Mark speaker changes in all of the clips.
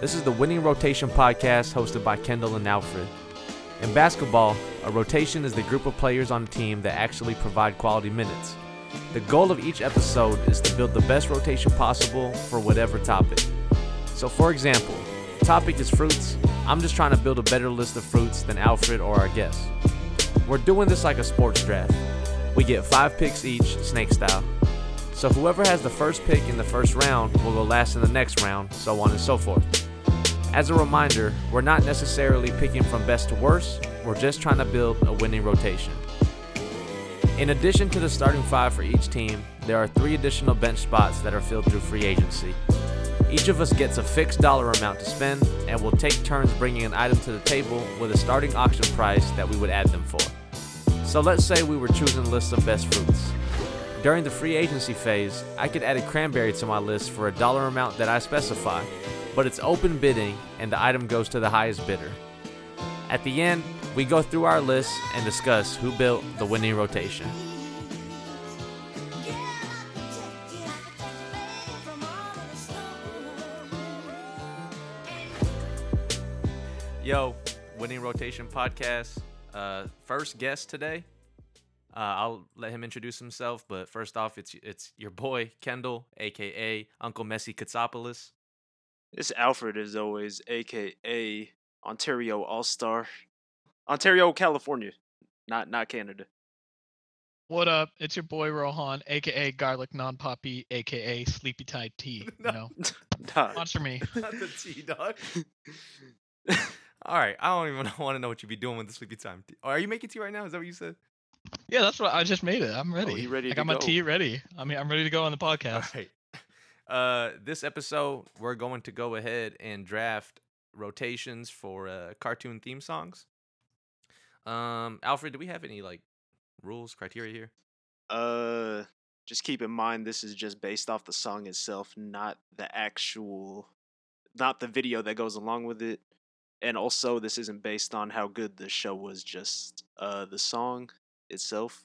Speaker 1: This is the Winning Rotation podcast hosted by Kendall and Alfred. In basketball, a rotation is the group of players on a team that actually provide quality minutes. The goal of each episode is to build the best rotation possible for whatever topic. So, for example, the topic is fruits. I'm just trying to build a better list of fruits than Alfred or our guests. We're doing this like a sports draft. We get five picks each, snake style. So, whoever has the first pick in the first round will go last in the next round, so on and so forth. As a reminder, we're not necessarily picking from best to worst, we're just trying to build a winning rotation. In addition to the starting five for each team, there are three additional bench spots that are filled through free agency. Each of us gets a fixed dollar amount to spend, and we'll take turns bringing an item to the table with a starting auction price that we would add them for. So let's say we were choosing lists of best fruits. During the free agency phase, I could add a cranberry to my list for a dollar amount that I specify, but it's open bidding and the item goes to the highest bidder. At the end, we go through our list and discuss who built the winning rotation. Yo, Winning Rotation Podcast. Uh, first guest today. Uh, I'll let him introduce himself, but first off, it's it's your boy Kendall, aka Uncle Messi Katsopoulos.
Speaker 2: This Alfred is always, aka Ontario All Star, Ontario, California, not not Canada.
Speaker 3: What up? It's your boy Rohan, aka Garlic Non Poppy, aka Sleepy Tide Tea. You know,
Speaker 2: Nah,
Speaker 3: sponsor me.
Speaker 1: Not the T dog. All right, I don't even want to know what you be doing with the sleepy time. tea. Are you making tea right now? Is that what you said?
Speaker 3: Yeah, that's what I just made it. I'm ready.
Speaker 2: you ready
Speaker 3: I
Speaker 2: to
Speaker 3: got my
Speaker 2: go.
Speaker 3: tea ready. I mean, I'm ready to go on the
Speaker 1: All
Speaker 3: podcast.
Speaker 1: right. Uh, this episode, we're going to go ahead and draft rotations for uh, cartoon theme songs. Um, Alfred, do we have any like rules, criteria here?
Speaker 2: uh, just keep in mind this is just based off the song itself, not the actual, not the video that goes along with it, and also this isn't based on how good the show was, just uh the song itself.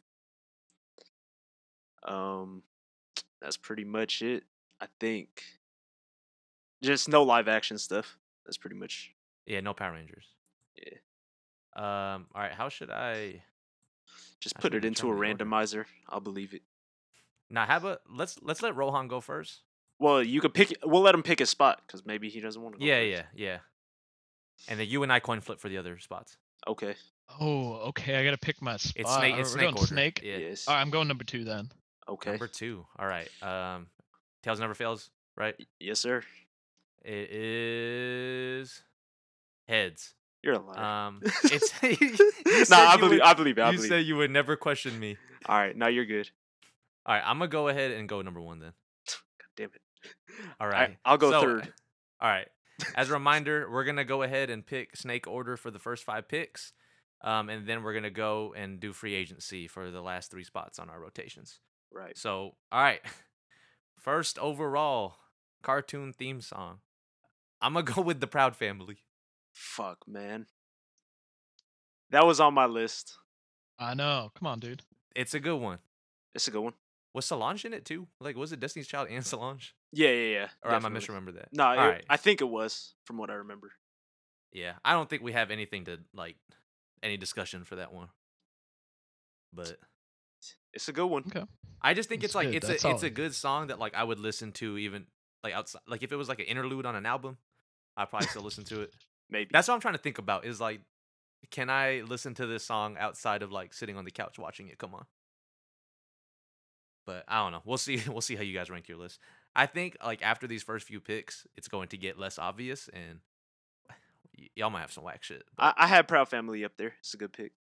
Speaker 2: Um, that's pretty much it, I think. Just no live action stuff. That's pretty much
Speaker 1: Yeah, no Power Rangers.
Speaker 2: Yeah.
Speaker 1: Um. All right. How should I?
Speaker 2: Just
Speaker 1: I
Speaker 2: put
Speaker 1: think
Speaker 2: it
Speaker 1: I
Speaker 2: into a
Speaker 1: tried the
Speaker 2: randomizer. I'll believe it.
Speaker 1: Now, how about let's let's let Rohan go first.
Speaker 2: Well, you could pick. We'll let him pick his spot because maybe he doesn't want to.
Speaker 1: Yeah, yeah, yeah. And then you and I coin flip for the other spots.
Speaker 2: Okay.
Speaker 3: Oh, okay. I gotta pick my spot.
Speaker 1: It's snake.
Speaker 3: Uh,
Speaker 1: It's
Speaker 3: we're
Speaker 1: snake
Speaker 3: going
Speaker 1: order.
Speaker 3: snake.
Speaker 1: Yeah.
Speaker 2: Yes.
Speaker 3: All right, I'm going number two then.
Speaker 2: Okay.
Speaker 1: Number two. All right. Um, tails never fails. Right.
Speaker 2: Yes, sir.
Speaker 1: It is heads.
Speaker 2: You're a liar.
Speaker 1: Um, it's you said
Speaker 2: nah, I
Speaker 1: you
Speaker 2: believe,
Speaker 1: would-
Speaker 2: I believe. it, I
Speaker 1: you
Speaker 2: believe.
Speaker 1: said you would never question me.
Speaker 2: All right. Now you're good.
Speaker 1: All right, I'm gonna go ahead and go number one then.
Speaker 2: Damn it.
Speaker 1: All
Speaker 2: I-
Speaker 1: right,
Speaker 2: I'll go
Speaker 1: So,
Speaker 2: third.
Speaker 1: All right. As a reminder, we're gonna go ahead and pick snake order for the first five picks, um, and then we're gonna go and do free agency for the last three spots on our rotations.
Speaker 2: Right.
Speaker 1: So, all right, first overall cartoon theme song. I'm gonna go with the Proud Family.
Speaker 2: Fuck, man. That was on my list.
Speaker 3: I know. Come on, dude.
Speaker 1: It's a good one.
Speaker 2: It's a good one.
Speaker 1: Was Solange in it too? Like, was it Destiny's Child and Solange?
Speaker 2: Yeah, yeah, yeah.
Speaker 1: Or am I
Speaker 2: definitely.
Speaker 1: misremember that?
Speaker 2: No,
Speaker 1: All
Speaker 2: it-
Speaker 1: right.
Speaker 2: I think it was from what I remember.
Speaker 1: Yeah, I don't think we have anything to like any discussion for that one. But
Speaker 2: It's a good one.
Speaker 3: Okay.
Speaker 1: I just think
Speaker 3: That's
Speaker 1: it's like
Speaker 3: good,
Speaker 1: it's
Speaker 3: that's
Speaker 1: a it's a
Speaker 3: solid.
Speaker 1: good song that like I would listen to even like outside like if it was like an interlude on an album, I'd probably still listen to it.
Speaker 2: Maybe.
Speaker 1: That's what I'm trying to think about is like can I listen to this song outside of like sitting on the couch watching it? Come on. But I don't know. We'll see we'll see how you guys rank your list. I think like after these first few picks, it's going to get less obvious and y- y'all might have some whack shit. but-
Speaker 2: I, I had Proud Family up there. It's a good pick.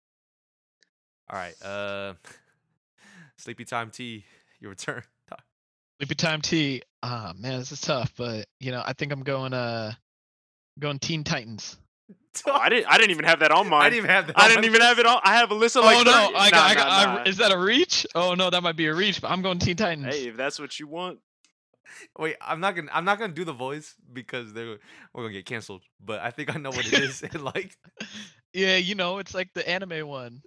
Speaker 1: All right. Uh, sleepy time tea. Your return. Doc.
Speaker 3: Sleepy time tea. Ah, man, this is tough. But you know, I think I'm going. Uh, going Teen Titans.
Speaker 2: Oh, I didn't. I didn't even have that on mine.
Speaker 1: I didn't even have that.
Speaker 2: I didn't even have it on. I have a list of like.
Speaker 3: oh no!
Speaker 2: 30
Speaker 3: I,
Speaker 2: Nah,
Speaker 3: got, I, got,
Speaker 2: nah,
Speaker 3: I-
Speaker 2: nah.
Speaker 3: is that a reach? Oh no, that might be a reach. But I'm going Teen Titans.
Speaker 2: Hey, if that's what you want,
Speaker 1: Wait, I'm not gonna. I'm not gonna do the voice because they're we're gonna get canceled. But I think I know what it is. and like,
Speaker 3: Yeah, you know, it's like the anime one.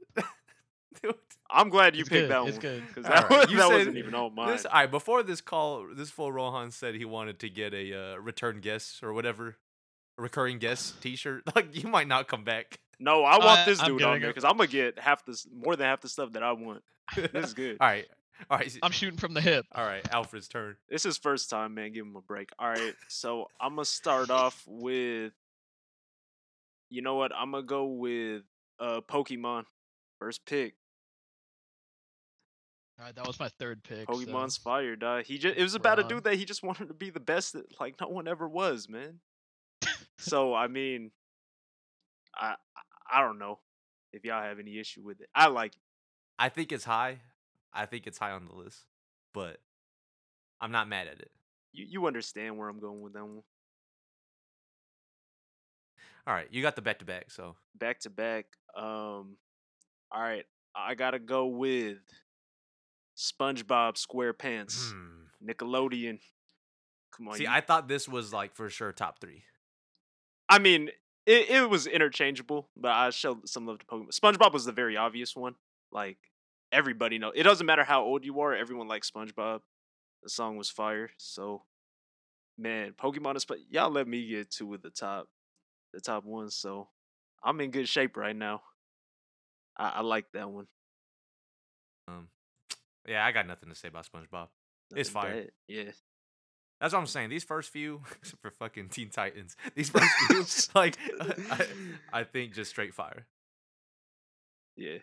Speaker 1: dude,
Speaker 2: I'm glad you
Speaker 3: It's
Speaker 2: picked
Speaker 3: good,
Speaker 2: that
Speaker 3: it's
Speaker 2: one
Speaker 3: good.
Speaker 2: because
Speaker 1: All
Speaker 2: that,
Speaker 1: right,
Speaker 2: was-
Speaker 1: you
Speaker 2: that
Speaker 1: said
Speaker 2: wasn't even on mine.
Speaker 1: this. All right, before this call, this fool Rohan said he wanted to get a uh, return guest or whatever. recurring guest T-shirt. Like you might not come back.
Speaker 2: No, I want
Speaker 3: Uh,
Speaker 2: this
Speaker 3: I'm
Speaker 2: dude
Speaker 3: getting
Speaker 2: on there
Speaker 3: it.
Speaker 2: because I'm gonna get half this, more than half the stuff that I want. This Oh. is good.
Speaker 1: All right, all right,
Speaker 3: I'm shooting from the hip.
Speaker 1: all right. Alfred's turn.
Speaker 2: This is first time, man. Give him a break. All right, so I'm gonna start off with. You know what? I'm gonna go with uh Pokemon. First pick,
Speaker 3: All right, that was my third pick. so-
Speaker 2: Pokemon's fire, die. He just it was about a
Speaker 3: Ron.
Speaker 2: dude that he just wanted to be the best that like no one ever was, man. so I mean, I I- I don't know if y'all have any issue with it. I like it.
Speaker 1: I think it's high. I think it's high on the list, but I'm not mad at it.
Speaker 2: you. You understand where I'm going with that one.
Speaker 1: All right, you got the back to back, so
Speaker 2: back to back. Um, all right, I gotta go with SpongeBob SquarePants,
Speaker 1: Hmm.
Speaker 2: Nickelodeon. Come on,
Speaker 1: see,
Speaker 2: you-
Speaker 1: I thought this was like for sure top three.
Speaker 2: I mean, it, it was interchangeable, but I showed some love to Pokemon. SpongeBob was the very obvious one. Like everybody know, it doesn't matter how old you are, everyone likes SpongeBob. The song was fire, so man, Pokemon is. Sp- Y'all let me get two of the top, the top ones. So I'm in good shape right now. I, I like that one.
Speaker 1: Um, yeah, I got nothing to say about SpongeBob. It's
Speaker 2: Nothing
Speaker 1: fire.
Speaker 2: bad, Yeah.
Speaker 1: That's what I'm saying. These first few, except for fucking Teen Titans, these first few, like, I, I think just straight fire.
Speaker 2: Yeah.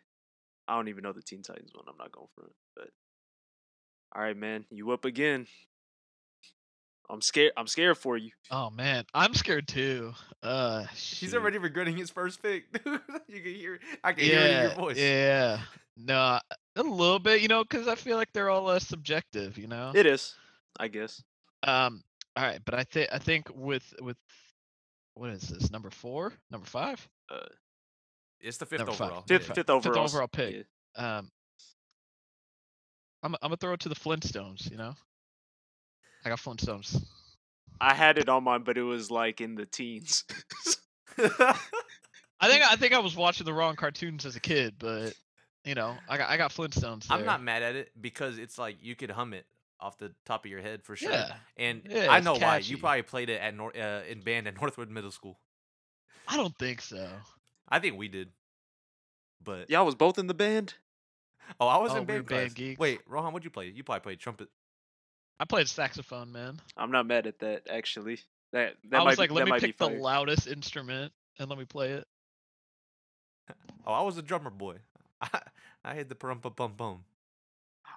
Speaker 2: I don't even know the Teen Titans one. I'm not going for it. But all right, man, you up again? I'm scared. I'm scared for you.
Speaker 3: Oh man, I'm scared too. Uh,
Speaker 1: He's
Speaker 3: shoot.
Speaker 1: already regretting his first pick, dude. you can hear, I can hear it in your voice.
Speaker 3: Yeah. No, a little bit, you know, because I feel like they're all uh, subjective, you know.
Speaker 2: It is, I guess.
Speaker 3: Um. All right, but I think I think with with what is this number four, number five,
Speaker 1: It's the fifth
Speaker 3: Number five.
Speaker 1: overall.
Speaker 2: Fifth,
Speaker 1: yeah.
Speaker 2: fifth overall.
Speaker 3: overall pick. Um. I'm I'm gonna throw it to the Flintstones, you know. I got Flintstones.
Speaker 2: I had it on mine, but it was like in the teens.
Speaker 3: I think I think I was watching the wrong cartoons as a kid, but you know, I got I got Flintstones.
Speaker 1: I'm
Speaker 3: there.
Speaker 1: not mad at it because it's like you could hum it off the top of your head for sure.
Speaker 3: Yeah.
Speaker 1: And
Speaker 3: Yeah,
Speaker 1: I
Speaker 3: it's
Speaker 1: know why. You
Speaker 3: catchy.
Speaker 1: probably played it at Nor- uh, in band at Northwood Middle School.
Speaker 3: I don't think so.
Speaker 1: I think we did. But
Speaker 2: Y'all was both in the band.
Speaker 1: oh, I was
Speaker 3: Oh,
Speaker 1: in
Speaker 3: we
Speaker 1: band,
Speaker 3: were band
Speaker 1: class.
Speaker 3: geeks.
Speaker 1: Wait, Rohan, what'd you play? You probably played trumpet.
Speaker 3: I played saxophone, man.
Speaker 2: I'm not mad at that actually. That that
Speaker 3: I
Speaker 2: might
Speaker 3: was like,
Speaker 2: be,
Speaker 3: let
Speaker 2: that
Speaker 3: me
Speaker 2: might
Speaker 3: pick
Speaker 2: be
Speaker 3: the
Speaker 2: fire.
Speaker 3: loudest instrument and let me play it.
Speaker 1: Oh, I was a drummer boy. I, I hit the pum pum pum pum.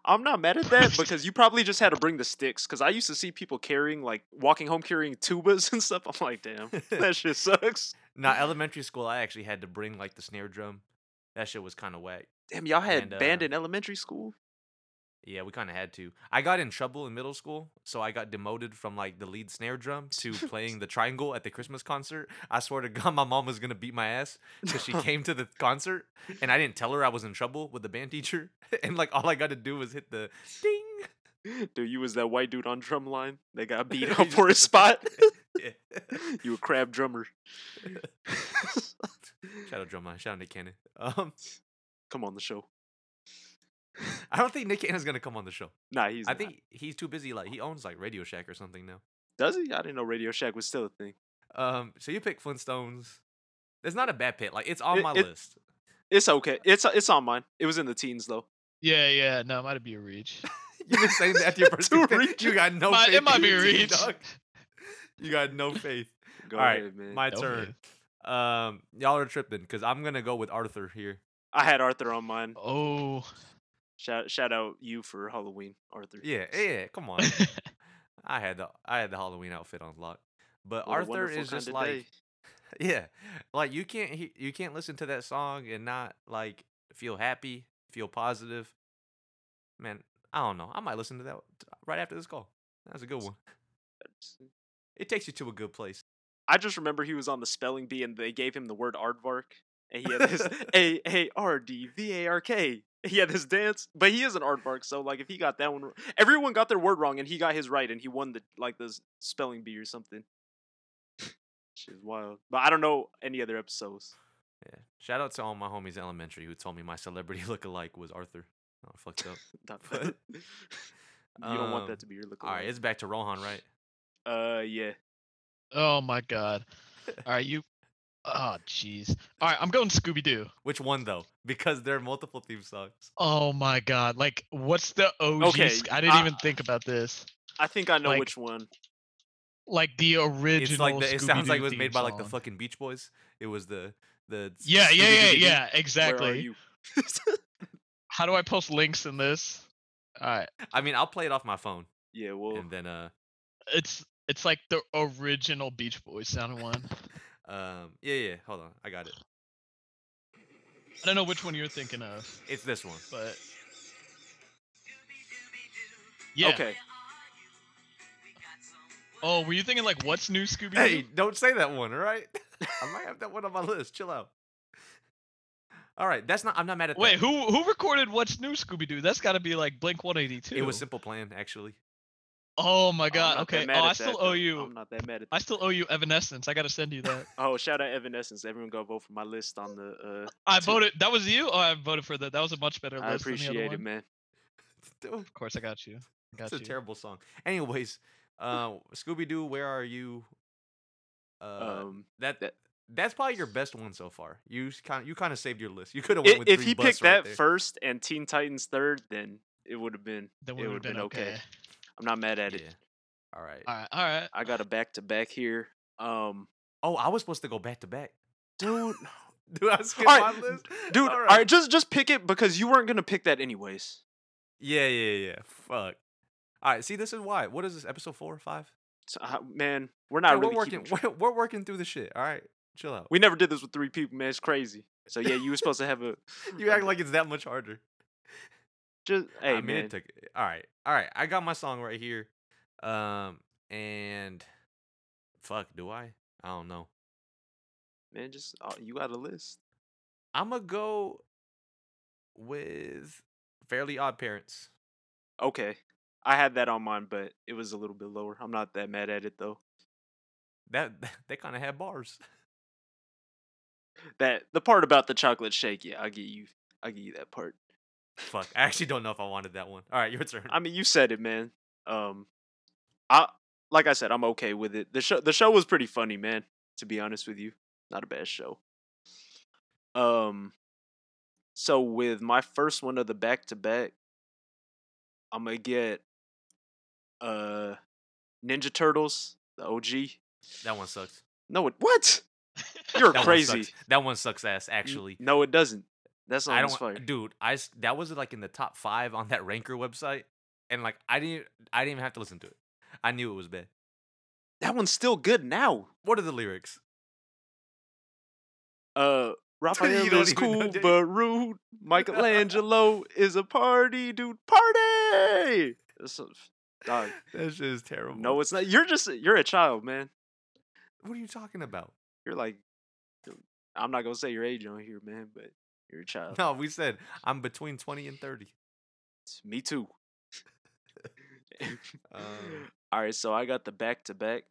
Speaker 2: I'm not mad at that because you probably just had to bring the sticks. Because I used to see people carrying like walking home carrying tubas and stuff. I'm like, damn, that shit sucks.
Speaker 1: Now elementary school, I actually had to bring like the snare drum. That shit was kind of whack.
Speaker 2: Damn, y'all had
Speaker 1: And,
Speaker 2: band
Speaker 1: uh,
Speaker 2: in elementary school.
Speaker 1: Yeah, we kind of had to. I got in trouble in middle school, so I got demoted from like the lead snare drum to playing the triangle at the Christmas concert. I swear to God, my mom was gonna beat my ass because she came to the concert and I didn't tell her I was in trouble with the band teacher, and like all I got to do was hit the ding.
Speaker 2: Dude, you was that white dude on drumline that got
Speaker 1: You
Speaker 2: beat up
Speaker 1: just
Speaker 2: for his
Speaker 1: hit
Speaker 2: spot.
Speaker 1: the-
Speaker 2: you a crab drummer.
Speaker 1: yeah. Shout out drumline, shout out Nick Cannon. Um,
Speaker 2: Come on the show.
Speaker 1: I don't think Nick Cannon's gonna come on the show.
Speaker 2: Nah, he's.
Speaker 1: I
Speaker 2: not.
Speaker 1: think he's too busy. Like he owns like Radio Shack or something now.
Speaker 2: does he? I didn't know Radio Shack was still a thing.
Speaker 1: Um, so you pick Flintstones. It's not a bad pick. Like it's on
Speaker 2: It-
Speaker 1: my
Speaker 2: it-
Speaker 1: list.
Speaker 2: It's okay.
Speaker 1: Uh,
Speaker 2: It's it's on mine. It was in the teens though.
Speaker 3: Yeah, yeah. No, it might be a reach.
Speaker 1: You've been saying that to your first
Speaker 2: Two
Speaker 1: pick. You
Speaker 2: reaches.
Speaker 1: got no
Speaker 3: Might-
Speaker 1: faith.
Speaker 3: it might
Speaker 1: in
Speaker 3: be
Speaker 1: your team,
Speaker 3: reach.
Speaker 1: Oh, dog. You got no faith.
Speaker 2: Go
Speaker 1: All right,
Speaker 2: ahead, man.
Speaker 1: My
Speaker 3: No
Speaker 1: turn. Um, y'all are tripping because I'm gonna go with Arthur here.
Speaker 2: I had Arthur on mine.
Speaker 3: Oh.
Speaker 2: Shout shout out you for Halloween, Arthur.
Speaker 1: Yeah, yeah. Come on. I had the I had the Halloween outfit on lock, but
Speaker 2: What a
Speaker 1: Arthur
Speaker 2: wonderful
Speaker 1: is just
Speaker 2: kinda
Speaker 1: like
Speaker 2: day.
Speaker 1: yeah, like you can't he, you can't listen to that song and not like feel happy, feel positive. Man, I don't know. I might listen to that right after this call. That's a good one. It takes you to a good place.
Speaker 2: I just remember he was on the spelling bee and they gave him the word aardvark. And he had this A A R D V A R K. He had this dance. But he is an aardvark, so like if he got that one r- everyone got their word wrong and he got his right and he won the like the s- spelling bee or something. Shit is wild. But I don't know any other episodes.
Speaker 1: Yeah. Shout out to all my homies in elementary who told me my celebrity look-alike was Arthur. Oh, I fucked up.
Speaker 2: Not-
Speaker 1: But,
Speaker 2: you don't want
Speaker 1: um,
Speaker 2: that to be your look
Speaker 1: all right, it's back to Rohan, right?
Speaker 2: Uh yeah.
Speaker 3: Oh my God. All right, you. Oh, jeez. All right, I'm going Scooby Doo.
Speaker 1: Which one though? Because there are multiple theme songs.
Speaker 3: Oh my God! Like, what's the OG?
Speaker 2: Okay,
Speaker 3: Sc- I didn't
Speaker 2: I-
Speaker 3: even think about this.
Speaker 2: I think I know
Speaker 3: Like-
Speaker 2: which one.
Speaker 3: Like the original.
Speaker 1: It's like the, it sounds like it
Speaker 3: Scooby-Doo
Speaker 1: was made by
Speaker 3: theme
Speaker 1: like the
Speaker 3: song.
Speaker 1: fucking Beach Boys. It was the the s-
Speaker 3: Yeah, yeah, yeah,
Speaker 1: Scooby-Doo-Doo-Doo.
Speaker 3: yeah.
Speaker 2: Where are
Speaker 3: Exactly.
Speaker 2: you?
Speaker 3: How do I post links in this? All right,
Speaker 1: I mean, I'll play it off my phone
Speaker 2: yeah, well,
Speaker 1: and then uh
Speaker 3: it's it's like the original Beach Boys sounding one.
Speaker 1: um yeah yeah hold on I got it.
Speaker 3: I don't know which one you're thinking of,
Speaker 1: It's this one.
Speaker 3: but yeah.
Speaker 2: okay.
Speaker 3: Oh, were you thinking like what's new Scooby Doo?
Speaker 1: Hey, don't say that one, all right? I might have that one on my list. Chill out. All right, that's not. I'm not mad at that.
Speaker 3: Wait, who who recorded what's new Scooby Doo? That's got to be like Blink 182.
Speaker 1: It was Simple Plan actually.
Speaker 3: Oh my
Speaker 2: I'm
Speaker 3: god.
Speaker 2: not that
Speaker 3: Okay.
Speaker 2: mad
Speaker 3: Oh,
Speaker 2: at
Speaker 3: I
Speaker 2: that,
Speaker 3: still
Speaker 2: though.
Speaker 3: owe you.
Speaker 2: I'm not that mad at
Speaker 3: I still owe you Evanescence. I gotta send you that.
Speaker 2: Oh, shout out Evanescence. Everyone go vote for my list on the. Uh,
Speaker 3: I
Speaker 2: Two.
Speaker 3: voted. That was you. Oh, I voted for that. That was a much better list.
Speaker 2: I
Speaker 3: than the other
Speaker 2: appreciate it,
Speaker 3: one.
Speaker 2: man.
Speaker 3: Of course, I got you. I got
Speaker 1: It's a
Speaker 3: you.
Speaker 1: terrible song. Anyways, uh, Scooby Doo, where are you? Uh,
Speaker 2: Um,
Speaker 1: that,
Speaker 2: that-
Speaker 1: that's probably your best one so far. You kind you kind of saved your list. You could have went
Speaker 2: i-
Speaker 1: with
Speaker 2: if
Speaker 1: three
Speaker 2: he
Speaker 1: busts
Speaker 2: picked
Speaker 1: right
Speaker 2: that
Speaker 1: there.
Speaker 2: first and Teen Titans third, then it would have been.
Speaker 3: Then
Speaker 2: it
Speaker 3: we would have been okay.
Speaker 2: I'm not mad at it.
Speaker 1: Yeah. All right.
Speaker 3: All right. All right.
Speaker 2: I got a back to back here. Um,
Speaker 1: Oh, I was supposed to go back to back.
Speaker 2: dude,
Speaker 1: Dude, I skipped
Speaker 2: All
Speaker 1: my
Speaker 2: right,
Speaker 1: list.
Speaker 2: dude, all right, just just pick it because you weren't gonna pick that anyways.
Speaker 1: Yeah, yeah, yeah. Fuck. All right. See, this is why. What is this? Episode four or five?
Speaker 2: So, uh, man, we're not
Speaker 1: Hey,
Speaker 2: really
Speaker 1: we're working.
Speaker 2: keeping track.
Speaker 1: We're, we're working through the shit. All right. Chill out.
Speaker 2: We never did this with three people, man. It's crazy. So yeah, you were supposed to have a.
Speaker 1: you act like it's that much harder.
Speaker 2: just hey
Speaker 1: I mean,
Speaker 2: man.
Speaker 1: it took. All right, all right. I got my song right here. Um, and fuck, do I? I don't know.
Speaker 2: man, just oh, you got a list.
Speaker 1: I'm gonna go with Fairly Odd Parents.
Speaker 2: Okay, I had that on mine, but it was a little bit lower. I'm not that mad at it though.
Speaker 1: That they kind of had bars.
Speaker 2: That the part about the chocolate shake, yeah, I get you. I get you that part.
Speaker 1: fuck, I actually don't know if I wanted that one. All right, your turn.
Speaker 2: I mean, you said it, man. Um, I like I said, I'm okay with it. The show the show was pretty funny, man. To be honest with you, not a bad show. Um, so with my first one of the back to back, I'm gonna get uh Ninja Turtles, the OG.
Speaker 1: that one sucks.
Speaker 2: No, it what? You're
Speaker 1: That One
Speaker 2: crazy.
Speaker 1: sucks. That one sucks ass.
Speaker 2: N-
Speaker 1: Actually,
Speaker 2: no, it doesn't. That's
Speaker 1: I
Speaker 2: not
Speaker 1: don't.
Speaker 2: fire.
Speaker 1: Dude, I s- that was like in the top five on that Ranker website, and like I didn't. I didn't even have to listen to it. I knew it was bad.
Speaker 2: That one's still good now.
Speaker 1: What are the lyrics?
Speaker 2: Uh,
Speaker 1: You
Speaker 2: Raphael
Speaker 1: don't
Speaker 2: is
Speaker 1: even know,
Speaker 2: cool
Speaker 1: do you?
Speaker 2: but rude. Michelangelo is a party dude. Party. That's a- Dog.
Speaker 1: That shit is terrible.
Speaker 2: No, it's not. You're just you're a child, man.
Speaker 1: What are you talking about?
Speaker 2: You're like, I'm not gonna say your age on here, man, but you're a child.
Speaker 1: No, we said I'm between 20 and 30.
Speaker 2: Me too.
Speaker 1: Um,
Speaker 2: all right, so I got the back to back.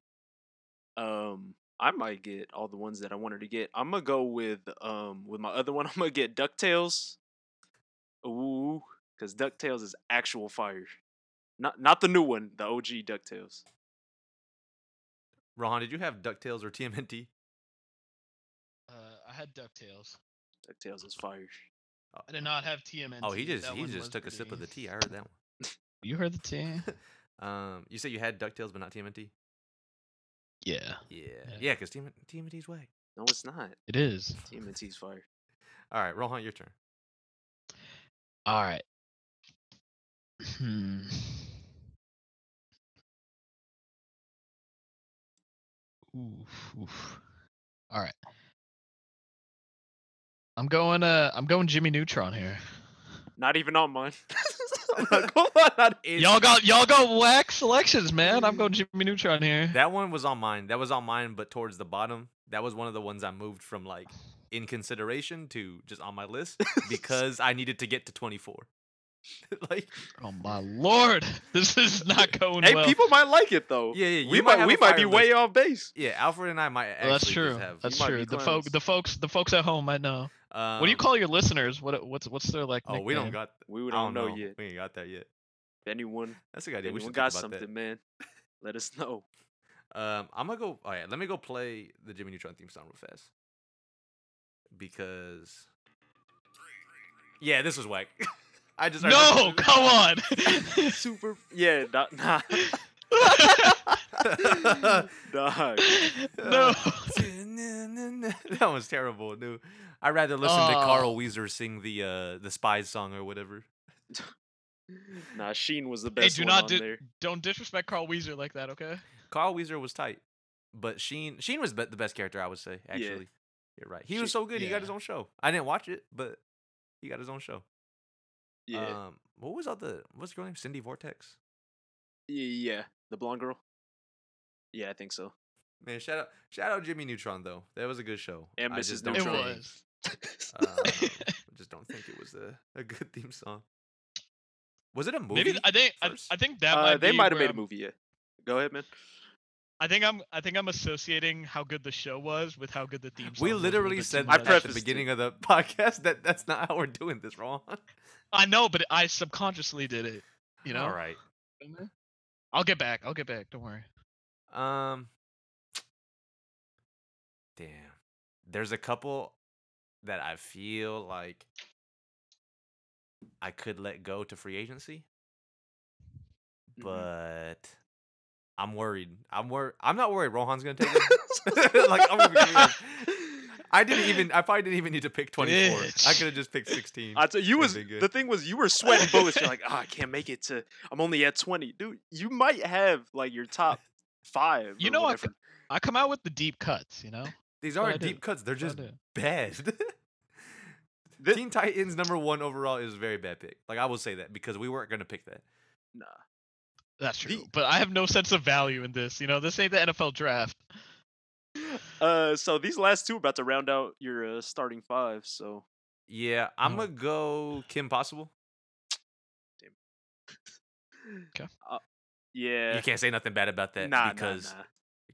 Speaker 2: Um, I might get all the ones that I wanted to get. I'm gonna go with um with my other one. I'm gonna get Ducktales. Ooh, because Ducktales is actual fire. Not not the new one, the OG Ducktales.
Speaker 1: Rohan, did you have DuckTales or TMNT?
Speaker 3: Uh, I had Ducktales.
Speaker 2: Ducktales is fire.
Speaker 3: I did not have TMNT.
Speaker 1: Oh, he just
Speaker 3: That
Speaker 1: he
Speaker 3: one
Speaker 1: just
Speaker 3: was
Speaker 1: took a sip of the
Speaker 3: pretty-
Speaker 1: tea. I heard that one.
Speaker 3: You heard the tea?
Speaker 1: Um, you said you had DuckTales but not TMNT?
Speaker 3: yeah,
Speaker 1: Yeah.
Speaker 3: Yeah.
Speaker 1: Yeah, because TM- TMNT's whack.
Speaker 2: No, it's not.
Speaker 3: it is.
Speaker 2: TMNT's fire.
Speaker 1: All right, Rohan, your turn.
Speaker 3: All right. Hmm. Oof, oof. All right. I'm going. Uh, I'm going Jimmy Neutron here.
Speaker 2: Not even on mine. I'm not going on that.
Speaker 3: Y'all got y'all got whack selections, man. I'm going Jimmy Neutron here.
Speaker 1: That one was on mine. That was on mine, but towards the bottom. That was one of the ones I moved from like in consideration to just on my list because I needed to get to 24. like,
Speaker 3: Oh my lord, this is not going
Speaker 2: Hey,
Speaker 3: well.
Speaker 2: people might like it though.
Speaker 1: yeah, yeah, you
Speaker 2: we might,
Speaker 1: have
Speaker 2: we
Speaker 1: a
Speaker 2: might
Speaker 1: fire
Speaker 2: be
Speaker 1: list.
Speaker 2: way off base.
Speaker 1: Yeah, Alfred and I might actually
Speaker 3: Well, that's true.
Speaker 1: just have.
Speaker 3: That's
Speaker 2: might be
Speaker 3: true. The
Speaker 2: clowns.
Speaker 3: folk, the folks, the folks at home might know.
Speaker 1: um,
Speaker 3: what do you call your listeners? What what's what's their like?
Speaker 1: Oh, we don't
Speaker 3: nickname?
Speaker 1: got.
Speaker 2: We don't,
Speaker 1: I don't
Speaker 2: know,
Speaker 1: know,
Speaker 2: yet.
Speaker 1: We ain't got that yet.
Speaker 2: If anyone
Speaker 1: That's a good idea. We
Speaker 2: anyone
Speaker 1: should
Speaker 2: got
Speaker 1: think about
Speaker 2: something, man, let us know.
Speaker 1: Um, I'm gonna go. All right, let me go play the Jimmy Neutron theme song real fast because yeah, this was whack. I just
Speaker 3: No, come on.
Speaker 2: Super. Yeah, nah, nah,
Speaker 1: on.
Speaker 2: dog.
Speaker 3: no.
Speaker 1: that was terrible, dude. I'd rather listen to
Speaker 3: Oh.
Speaker 1: Carl Weezer sing the uh the Spies song or whatever.
Speaker 2: Nah, Sheen was the
Speaker 3: Hey,
Speaker 2: best
Speaker 3: do
Speaker 2: one
Speaker 3: not
Speaker 2: on
Speaker 3: di-
Speaker 2: there.
Speaker 3: don't disrespect Carl Weezer like that, okay?
Speaker 1: Carl Weezer was tight, but Sheen Sheen was be- the best character I would say. Actually, you're right. He was
Speaker 2: She-
Speaker 1: so good. He got his
Speaker 3: yeah.
Speaker 1: own show. I didn't watch it, but he got his own show.
Speaker 2: Yeah,
Speaker 1: Um, what was all the what's her name? Cindy Vortex.
Speaker 2: yeah, yeah. The blonde girl. Yeah, I think so.
Speaker 1: Man, shout out shout out Jimmy Neutron though. That was a good show.
Speaker 2: And
Speaker 1: I
Speaker 2: Mrs.
Speaker 1: just
Speaker 2: No
Speaker 1: don't
Speaker 3: it
Speaker 2: Neutron.
Speaker 1: think-
Speaker 3: was.
Speaker 1: Uh, I just don't think it was a, a good theme song. Was it a movie?
Speaker 3: Maybe I think I,
Speaker 1: first?
Speaker 3: I think that
Speaker 2: uh,
Speaker 3: might
Speaker 2: they
Speaker 3: be
Speaker 2: might have
Speaker 3: where
Speaker 2: made a
Speaker 3: I'm-
Speaker 2: movie. Yeah. Go ahead, man.
Speaker 3: I think I'm I think I'm associating how good the show was with how good the theme song
Speaker 1: we
Speaker 3: was a little
Speaker 1: literally
Speaker 3: bit too
Speaker 1: said that
Speaker 2: I
Speaker 3: much.
Speaker 1: at the
Speaker 2: prefaced it.
Speaker 1: beginning of the podcast that that's not how we're doing this, Ron.
Speaker 3: I know, but I subconsciously did it. You know.
Speaker 1: All right.
Speaker 3: I'll get back. I'll get back. Don't worry.
Speaker 1: Um. Damn. There's a couple that I feel like I could let go to free agency,
Speaker 3: Mm-hmm.
Speaker 2: Mhm.
Speaker 1: but I'm worried. I'm worried. I'm not worried. Rohan's gonna take it. like I'm gonna be real. I didn't even. I probably didn't even need to pick 24. I
Speaker 3: Bitch.
Speaker 1: could have just picked 16.
Speaker 2: I tell you
Speaker 1: That'd
Speaker 2: was
Speaker 1: be good.
Speaker 2: the thing was you were sweating bullets. You're like, oh, I can't make it to. I'm only at 20, dude. You might have like your top five.
Speaker 3: You
Speaker 2: or
Speaker 3: know I
Speaker 2: whatever.
Speaker 3: c- I come out with the deep cuts. You know.
Speaker 1: These
Speaker 3: what
Speaker 1: aren't
Speaker 3: I
Speaker 1: deep
Speaker 3: do.
Speaker 1: cuts. They're
Speaker 3: That's what I
Speaker 1: just
Speaker 3: do.
Speaker 1: bad.
Speaker 2: Thi-
Speaker 1: Teen Titans number one overall is a very bad pick. Like I will say that because we weren't gonna pick that.
Speaker 2: nah.
Speaker 3: That's true.
Speaker 2: The-
Speaker 3: But I have no sense of value in this. You know, this ain't the NFL draft.
Speaker 2: Uh, so these last two are about to round out your uh, starting five. So
Speaker 1: Yeah, I'm
Speaker 3: No.
Speaker 1: gonna go Kim Possible.
Speaker 2: yeah,
Speaker 1: You can't say nothing bad about that
Speaker 2: nah, nah,
Speaker 1: because
Speaker 2: nah.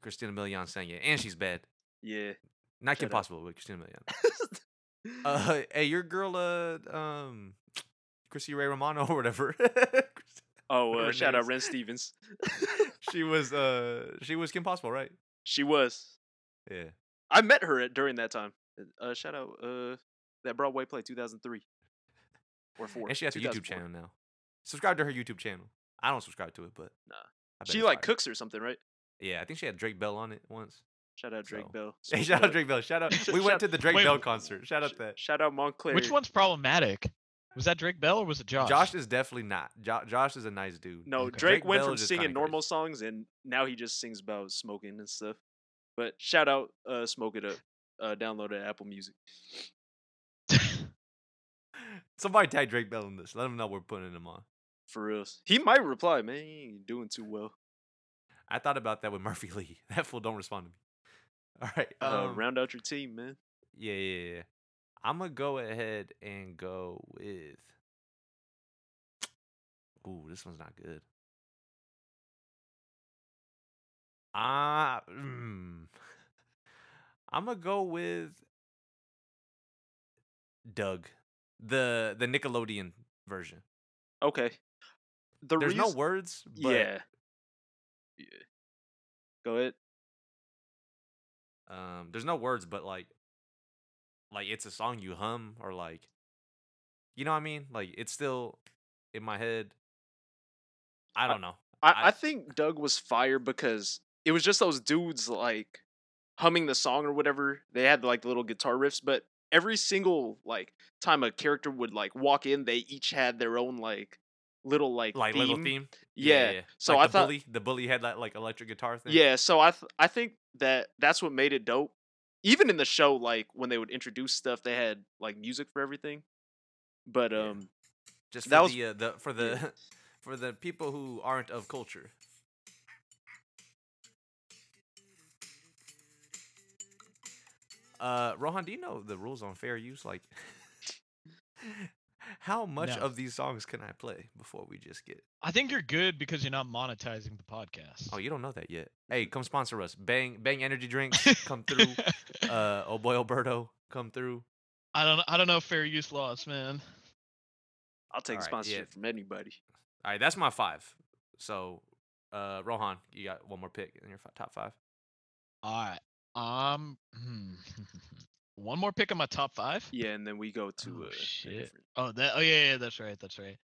Speaker 1: Christina Milian sang it, and she's bad.
Speaker 2: yeah.
Speaker 1: Not Kim
Speaker 2: Shut up.
Speaker 1: Possible, but Christina Milian. Uh, hey, your girl, uh, um, Chrissy Ray Romano or whatever.
Speaker 2: oh,
Speaker 1: her
Speaker 2: uh, shout out
Speaker 1: name's-
Speaker 2: Ren Stevens.
Speaker 1: she was, uh, she was Kim Possible, right?
Speaker 2: she was.
Speaker 1: Yeah.
Speaker 2: I met her at, during that time. Uh, shout out uh, that Broadway play 2003 or four.
Speaker 1: And she has a YouTube
Speaker 2: 2004.
Speaker 1: channel now. Subscribe to her YouTube channel. I don't subscribe to it, but
Speaker 2: Nah.
Speaker 1: I bet
Speaker 2: She
Speaker 1: it's
Speaker 2: like
Speaker 1: fire.
Speaker 2: cooks or something, right?
Speaker 1: Yeah, I think she had Drake Bell on it once.
Speaker 2: Shout out Drake
Speaker 1: So-
Speaker 2: Bell.
Speaker 1: Hey,
Speaker 2: Sweet
Speaker 1: shout
Speaker 2: blood.
Speaker 1: out Drake Bell. Shout out.
Speaker 2: Sh-
Speaker 1: We went
Speaker 2: shout-
Speaker 1: to the Drake
Speaker 3: wait,
Speaker 1: Bell
Speaker 3: wait.
Speaker 1: concert. Shout out
Speaker 2: Sh-
Speaker 1: that.
Speaker 2: Shout out Montclair.
Speaker 3: Which one's problematic? Was that Drake Bell or was it Josh?
Speaker 1: Josh. is definitely not. Jo- Josh is a nice dude.
Speaker 2: No,
Speaker 3: Okay.
Speaker 2: Drake,
Speaker 1: Drake
Speaker 2: went
Speaker 1: Bell
Speaker 2: from
Speaker 1: is just
Speaker 2: singing
Speaker 1: kinda
Speaker 2: normal songs and now he just sings about smoking and stuff. But shout out uh, Smoke It Up. Uh, download it at Apple Music.
Speaker 1: Somebody tag Drake Bell in this. Let him know we're putting him on.
Speaker 2: For real. He might reply, man. He ain't doing too well.
Speaker 1: I thought about that with Murphy Lee. That fool don't respond to me. All right.
Speaker 2: Uh,
Speaker 1: um,
Speaker 2: round out your team, man.
Speaker 1: Yeah, yeah, yeah. I'm gonna go ahead and go with. Ooh, this one's not good. Ah, mm. I'm gonna go with Doug, the the Nickelodeon version.
Speaker 2: Okay. The
Speaker 1: There's no
Speaker 2: reas-
Speaker 1: words, but
Speaker 2: Yeah. Yeah. Go ahead.
Speaker 1: um, there's no words, but like, like it's a song you hum or like, you know what I mean? Like it's still in my head.
Speaker 2: Uh,
Speaker 1: I don't know. I-
Speaker 2: I, I think Doug was fire because it was just those dudes like humming the song or whatever. They had like the little guitar riffs, but every single like time a character would like walk in, they each had their own like little like
Speaker 1: Like
Speaker 2: theme.
Speaker 1: little theme.
Speaker 2: Yeah. So
Speaker 1: Like
Speaker 2: I
Speaker 1: the
Speaker 2: thought
Speaker 1: bully, the bully had that like electric guitar thing.
Speaker 2: yeah. So I th- I think that that's what made it dope. Even in the show, like when they would introduce stuff, they had like music for everything. But
Speaker 1: Yeah.
Speaker 2: um,
Speaker 1: Just for
Speaker 2: that was-
Speaker 1: the, uh, the for the for the people who aren't of culture. Uh, Rohan, do you know the rules on fair use? Like, how much
Speaker 3: No.
Speaker 1: of these songs can I play before we just get?
Speaker 3: I think you're good because you're not monetizing the podcast.
Speaker 1: Oh, you don't know that yet. Hey, come sponsor us. Bang Bang Energy Drinks, come through. Uh, oh boy, Alberto, come through.
Speaker 3: I don't. I don't know fair use laws, man.
Speaker 2: I'll take
Speaker 1: Alright, yeah.
Speaker 2: sponsorship from anybody.
Speaker 1: All right, that's my five. So Uh, Rohan, you got one more pick in your fi- top five.
Speaker 3: All right. Um, hmm. one more pick in my top five.
Speaker 2: Yeah, and then we go to
Speaker 3: Oh,
Speaker 2: uh, a
Speaker 3: shit.
Speaker 2: different-
Speaker 3: Oh, that. Oh, yeah, yeah. That's right. That's right.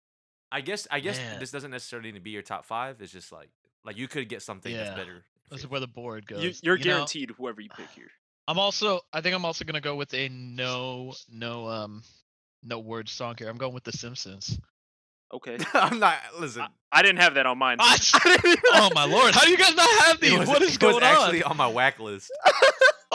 Speaker 1: I guess I guess
Speaker 3: Man.
Speaker 1: this doesn't necessarily need to be your top five. It's just like like you could get something
Speaker 3: Yeah.
Speaker 1: that's better. for
Speaker 3: This
Speaker 1: you.
Speaker 3: is where the board goes.
Speaker 2: You, you're
Speaker 3: You know,
Speaker 2: guaranteed whoever you pick here.
Speaker 3: I'm also. I think I'm also gonna go with a no, no, um, no word song here. I'm going with The Simpsons.
Speaker 2: Okay.
Speaker 1: I'm not listen.
Speaker 2: I didn't have that on mine.
Speaker 3: Ah, sh- oh my lord! How do you guys not have
Speaker 1: it
Speaker 3: these?
Speaker 1: was-
Speaker 3: what is
Speaker 1: it was
Speaker 3: going
Speaker 1: actually
Speaker 3: on?
Speaker 1: on my whack list
Speaker 3: Oh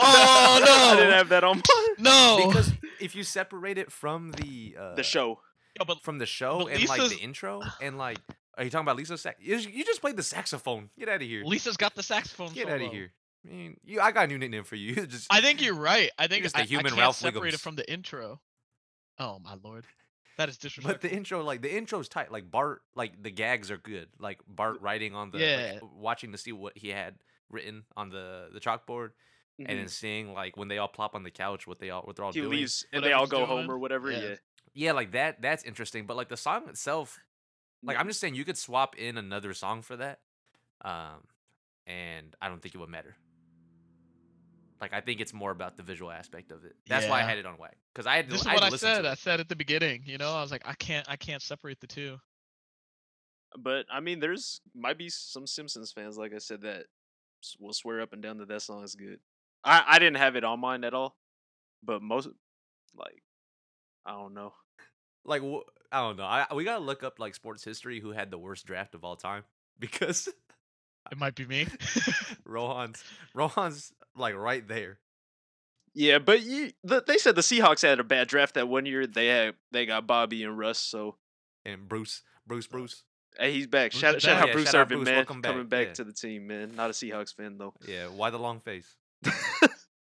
Speaker 2: I didn't
Speaker 3: no!
Speaker 2: have that on mine.
Speaker 3: No.
Speaker 1: because if you separate it from the uh,
Speaker 2: The show.
Speaker 3: Yeah, but
Speaker 1: from the show
Speaker 3: But
Speaker 1: and like
Speaker 3: Lisa's-
Speaker 1: the intro and like are you talking about Lisa sax? You you just played the saxophone. Get out of here.
Speaker 3: Lisa's got the saxophone.
Speaker 1: Get out of
Speaker 3: solo.
Speaker 1: here. I mean, you. I got a new nickname for you. just
Speaker 3: I think you're right. I think
Speaker 1: just a
Speaker 3: I,
Speaker 1: human
Speaker 3: I can't
Speaker 1: Ralph
Speaker 3: separate it
Speaker 1: Wiggums.
Speaker 3: from the intro. Oh my lord, that is disrespectful.
Speaker 1: But the intro, like the intro's tight. Like Bart, like the gags are good. Like Bart writing on the,
Speaker 3: Yeah.
Speaker 1: like, watching to see what he had written on the the chalkboard,
Speaker 3: Mm-hmm.
Speaker 1: and then seeing like when they all plop on the couch, what they all what they're all
Speaker 2: he
Speaker 1: doing.
Speaker 2: leaves and they all
Speaker 3: Whatever's
Speaker 2: go home
Speaker 3: doing.
Speaker 2: or whatever.
Speaker 3: Yeah.
Speaker 2: Yeah.
Speaker 1: Yeah, like that. That's interesting. But like the song itself, like I'm just saying, you could swap in another song for that, um, and I don't think it would matter. Like I think it's more about the visual aspect of it. That's why I
Speaker 3: Yeah.
Speaker 1: had it on whack because I had to.
Speaker 3: this is
Speaker 1: I had
Speaker 3: what
Speaker 1: to
Speaker 3: I
Speaker 1: listen to
Speaker 3: said.
Speaker 1: it.
Speaker 3: I said at the beginning. You know, I was like, I can't, I can't separate the two.
Speaker 2: But I mean, there's might be some Simpsons fans, like I said, that s- will swear up and down that that song is good. I I didn't have it on mine at all, but most like I don't know.
Speaker 1: like wh- I don't know. I we gotta look up like sports history who had the worst draft of all time because
Speaker 3: It might be me.
Speaker 1: Rohan's Rohan's like right there.
Speaker 2: Yeah, but you, the, they said the Seahawks had a bad draft that one year. They had they got Bobby and Russ, so
Speaker 1: And Bruce, Bruce, Bruce.
Speaker 2: hey, he's back.
Speaker 3: Bruce
Speaker 2: Shout,
Speaker 3: is
Speaker 2: shout
Speaker 3: back.
Speaker 2: out
Speaker 1: oh, Yeah,
Speaker 2: Bruce
Speaker 1: shout out
Speaker 2: Irvin,
Speaker 1: Bruce.
Speaker 2: man,
Speaker 1: Welcome back.
Speaker 2: coming back
Speaker 1: Yeah.
Speaker 2: to the team, man. Not a Seahawks fan though.
Speaker 1: Yeah, why the long face?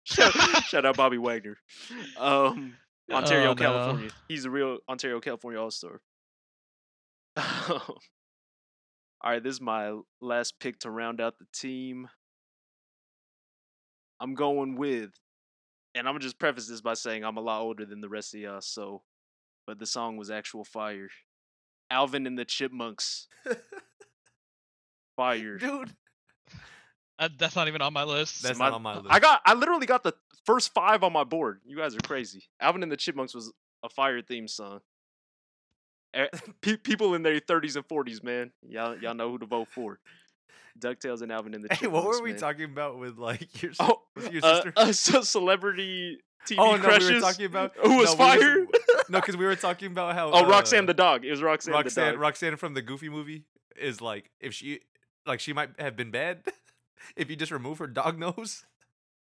Speaker 2: shout, shout out Bobby Wagner. Um, Ontario,
Speaker 3: Oh, no.
Speaker 2: California. He's a real Ontario, California All Star. All right, this is my last pick to round out the team. I'm going with, and I'm gonna just preface this by saying I'm a lot older than the rest of y'all, so, but the song was actual fire. Alvin and the Chipmunks, fire.
Speaker 1: Dude,
Speaker 3: Uh, that's not even on my list.
Speaker 1: That's
Speaker 2: my-
Speaker 1: not on my list.
Speaker 2: I got, I literally got the first five on my board. You guys are crazy. Alvin and the Chipmunks was a fire theme song. Eh, pe- people in their 30s and 40s, man, y'all, y'all know who to vote for. Ducktales and Alvin and the Chipmunks.
Speaker 1: Hey, what were we
Speaker 2: man.
Speaker 1: talking about with like your s-
Speaker 2: Oh,
Speaker 1: with your
Speaker 2: uh,
Speaker 1: sister?
Speaker 2: uh, so celebrity TV
Speaker 1: oh no,
Speaker 2: crushes.
Speaker 1: we were talking about
Speaker 2: who was
Speaker 1: no, we
Speaker 2: fire?
Speaker 1: no, because we were talking about how
Speaker 2: oh, Roxanne
Speaker 1: uh,
Speaker 2: the dog. It was Roxanne,
Speaker 1: Roxanne
Speaker 2: the dog.
Speaker 1: Roxanne from the Goofy movie is like if she like she might have been bad if you just remove her dog nose.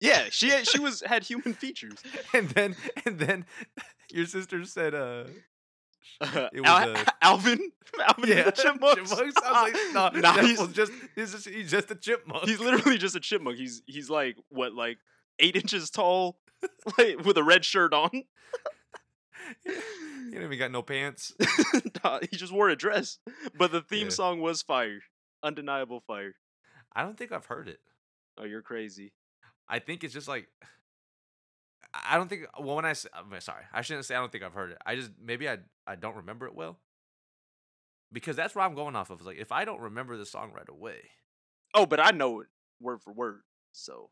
Speaker 2: Yeah, she had- she was had human features.
Speaker 1: and then and then your sister said uh
Speaker 2: Uh,
Speaker 1: It
Speaker 2: Al-
Speaker 1: was, uh,
Speaker 2: Alvin, Alvin and the Chipmunks.
Speaker 1: chipmunks. I was like, nah,
Speaker 2: Nah,
Speaker 1: that
Speaker 2: he's-
Speaker 1: was just he's just he's just a chipmunk.
Speaker 2: He's literally just a chipmunk. He's he's like what like eight inches tall, like with a red shirt on.
Speaker 1: he ain't even got no pants.
Speaker 2: Nah, he just wore a dress. But the theme
Speaker 1: Yeah.
Speaker 2: song was fire, undeniable fire.
Speaker 1: I don't think I've heard it.
Speaker 2: Oh, you're crazy.
Speaker 1: I think it's just like I I don't think well when I s- I'm sorry I shouldn't say I don't think I've heard it. I just maybe I I don't remember it well because that's where I'm going off of. Like if I don't remember the song right away,
Speaker 2: Oh, but I know it word for word. So,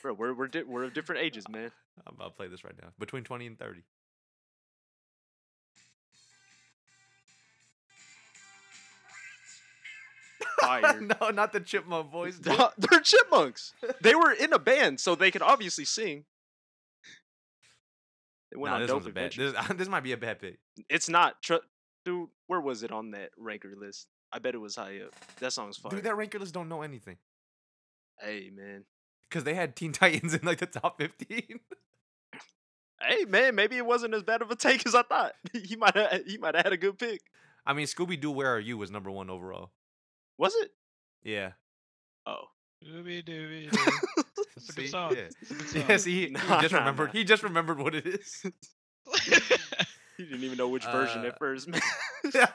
Speaker 2: bro, we're we're di- we're of different ages, man.
Speaker 1: I'm about to play this right now. Between twenty and thirty.
Speaker 2: Fire.
Speaker 1: no, not the chipmunk voice. dude.
Speaker 2: Nah, They're chipmunks. They were in a band, so they could obviously sing. They went
Speaker 1: Nah,
Speaker 2: on
Speaker 1: this
Speaker 2: dope
Speaker 1: one's a bad.
Speaker 2: adventures.
Speaker 1: This, this might be a bad pick.
Speaker 2: It's not. Tr- Dude, where was it on that ranker list? I bet it was high up. That song's fire.
Speaker 1: Dude, that rankerless don't know anything
Speaker 2: hey, man.
Speaker 1: because they had Teen Titans in like the top fifteen.
Speaker 2: Hey, man. Maybe it wasn't as bad of a take as I thought. he might have. He might have had a good pick.
Speaker 1: I mean, Scooby Doo, Where Are You was number one overall.
Speaker 2: Was it?
Speaker 1: Yeah.
Speaker 2: Oh,
Speaker 3: Doobie doobie doo. That's a
Speaker 1: See?
Speaker 3: good song.
Speaker 1: Yeah.
Speaker 3: It's a good
Speaker 1: Yeah,
Speaker 3: song.
Speaker 1: see, he, he
Speaker 2: Nah,
Speaker 1: just
Speaker 2: nah,
Speaker 1: remembered.
Speaker 2: nah.
Speaker 1: He just remembered what it is.
Speaker 2: he didn't even know which version
Speaker 1: Uh,
Speaker 2: at first, man.
Speaker 1: hey,
Speaker 3: Yeah,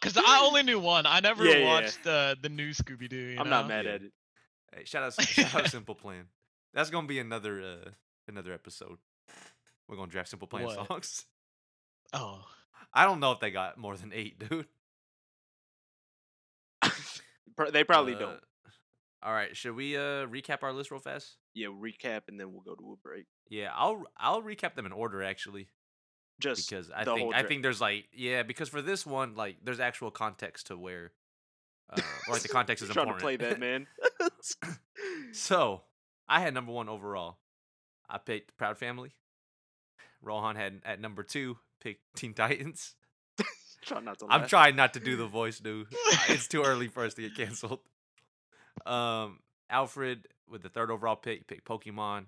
Speaker 3: Cause I only knew one. I never
Speaker 2: Yeah, yeah, yeah.
Speaker 3: watched uh, the new Scooby Doo.
Speaker 2: I'm not
Speaker 1: know?
Speaker 2: mad
Speaker 1: Yeah.
Speaker 2: at it.
Speaker 1: shout out, shout out Simple Plan. That's gonna be another uh, another episode. We're gonna draft Simple Plan
Speaker 3: What?
Speaker 1: songs.
Speaker 3: Oh,
Speaker 1: I don't know if they got more than eight, dude.
Speaker 2: Pro- They probably
Speaker 1: Uh,
Speaker 2: don't.
Speaker 1: All right, should we uh recap our list real fast?
Speaker 2: Yeah, recap and then we'll go to a break.
Speaker 1: Yeah, I'll I'll recap them in order actually
Speaker 2: Just
Speaker 1: because I
Speaker 2: the
Speaker 1: think
Speaker 2: whole
Speaker 1: I
Speaker 2: dra-
Speaker 1: think there's like yeah because for this one like there's actual context to where uh, or like the context is
Speaker 2: trying
Speaker 1: important.
Speaker 2: to play that man.
Speaker 1: So I had number one overall. I picked Proud Family. Rohan had at number two picked Teen Titans.
Speaker 2: Try not to.
Speaker 1: I'm
Speaker 2: laugh.
Speaker 1: trying not to do the voice, dude. it's too early for us to get canceled. Um, Alfred with the third overall pick picked Pokemon,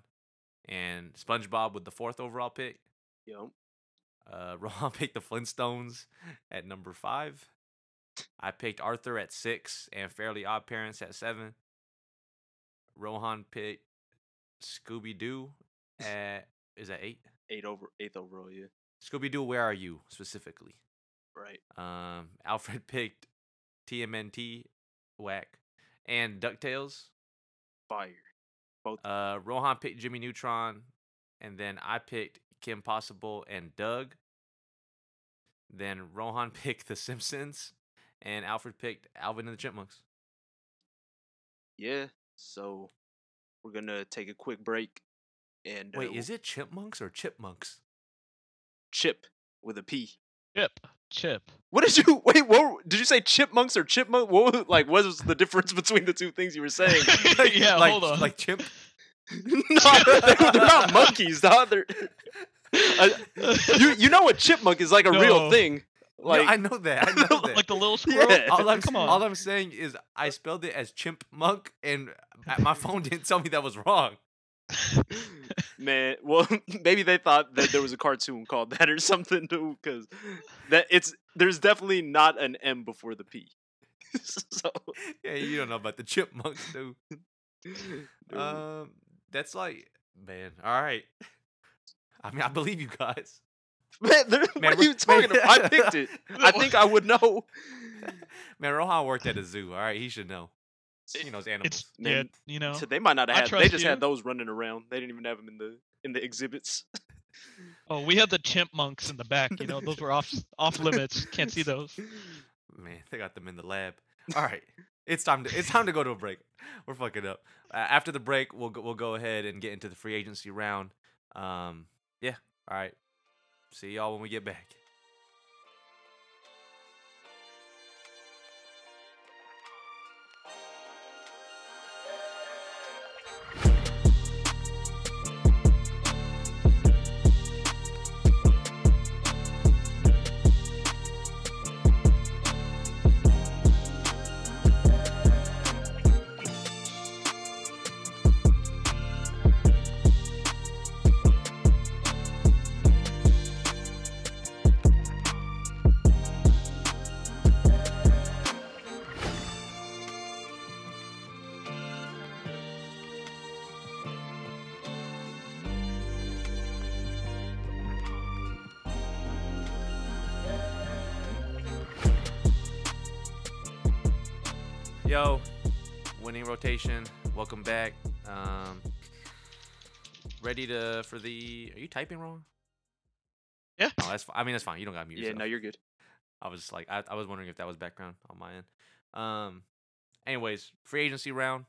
Speaker 1: and SpongeBob with the fourth overall pick.
Speaker 2: Yo,
Speaker 1: Uh, Rohan picked the Flintstones at number five. I picked Arthur at six and Fairly Odd Parents at seven. Rohan picked Scooby Doo at is that eight?
Speaker 2: eight over eighth overall. Yeah,
Speaker 1: Scooby Doo, where are you specifically?
Speaker 2: right.
Speaker 1: Um, Alfred picked TMNT, whack, and Ducktales.
Speaker 2: Fire.
Speaker 1: Uh, Rohan picked Jimmy Neutron, and then I picked Kim Possible and Doug. Then Rohan picked The Simpsons, and Alfred picked Alvin and the Chipmunks.
Speaker 2: Yeah. So we're gonna take a quick break. And uh,
Speaker 1: Wait, is it Chipmunks or Chipmunks?
Speaker 2: Chip with a P?
Speaker 3: Chip, chip.
Speaker 2: What did you wait? What were- did you say? Chipmunks or chipmunk? What was, like what was the difference between the two things you were saying?
Speaker 3: yeah,
Speaker 1: like,
Speaker 3: hold on.
Speaker 1: Like chimp?
Speaker 2: no, they, are not monkeys, dog. They're, you you know what chipmunk is like a real
Speaker 3: No.
Speaker 2: thing.
Speaker 1: Like,
Speaker 2: Like
Speaker 1: I know that. I know that.
Speaker 3: like the little squirrel.
Speaker 2: Yeah.
Speaker 1: all I'm,
Speaker 3: Come on.
Speaker 1: all I'm saying is I spelled it as chimp monk, and my phone didn't tell me that was wrong.
Speaker 2: man, well maybe they thought that there was a cartoon called that or something too, because that it's there's definitely not an M before the P. so
Speaker 1: Yeah, you don't know about the chipmunks, dude.
Speaker 2: dude,
Speaker 1: Um, that's like, man. All right. I mean, I believe you guys.
Speaker 2: man, there-
Speaker 1: Man,
Speaker 2: what are you
Speaker 1: we're-
Speaker 2: talking
Speaker 1: man-
Speaker 2: about? I picked it. I think I would know.
Speaker 1: Man, Rohan worked at a zoo. All right, he should know. He knows animals.
Speaker 3: It's yeah,
Speaker 2: Man,
Speaker 3: you know.
Speaker 2: So they might not
Speaker 3: I
Speaker 2: have. Had, they
Speaker 3: trust
Speaker 2: just
Speaker 3: you.
Speaker 2: had those running around. They didn't even have them in the in the exhibits.
Speaker 3: Oh, we have the chipmunks in the back. You know, those were off off limits. Can't see those.
Speaker 1: Man, they got them in the lab. All right, it's time to it's time to go to a break. We're fucking up. Uh, after the break, we'll go, we'll go ahead and get into the free agency round. Um, yeah. All right. See y'all when we get back. Yo, winning rotation. Welcome back. Um, ready to for the? Are you typing wrong?
Speaker 3: Yeah.
Speaker 1: No, that's. fi- I mean, that's fine. You don't got to mute.
Speaker 2: Yeah,
Speaker 1: Yourself.
Speaker 2: no, you're good.
Speaker 1: I was just like, I, I was wondering if that was background on my end. Um, anyways, free agency round.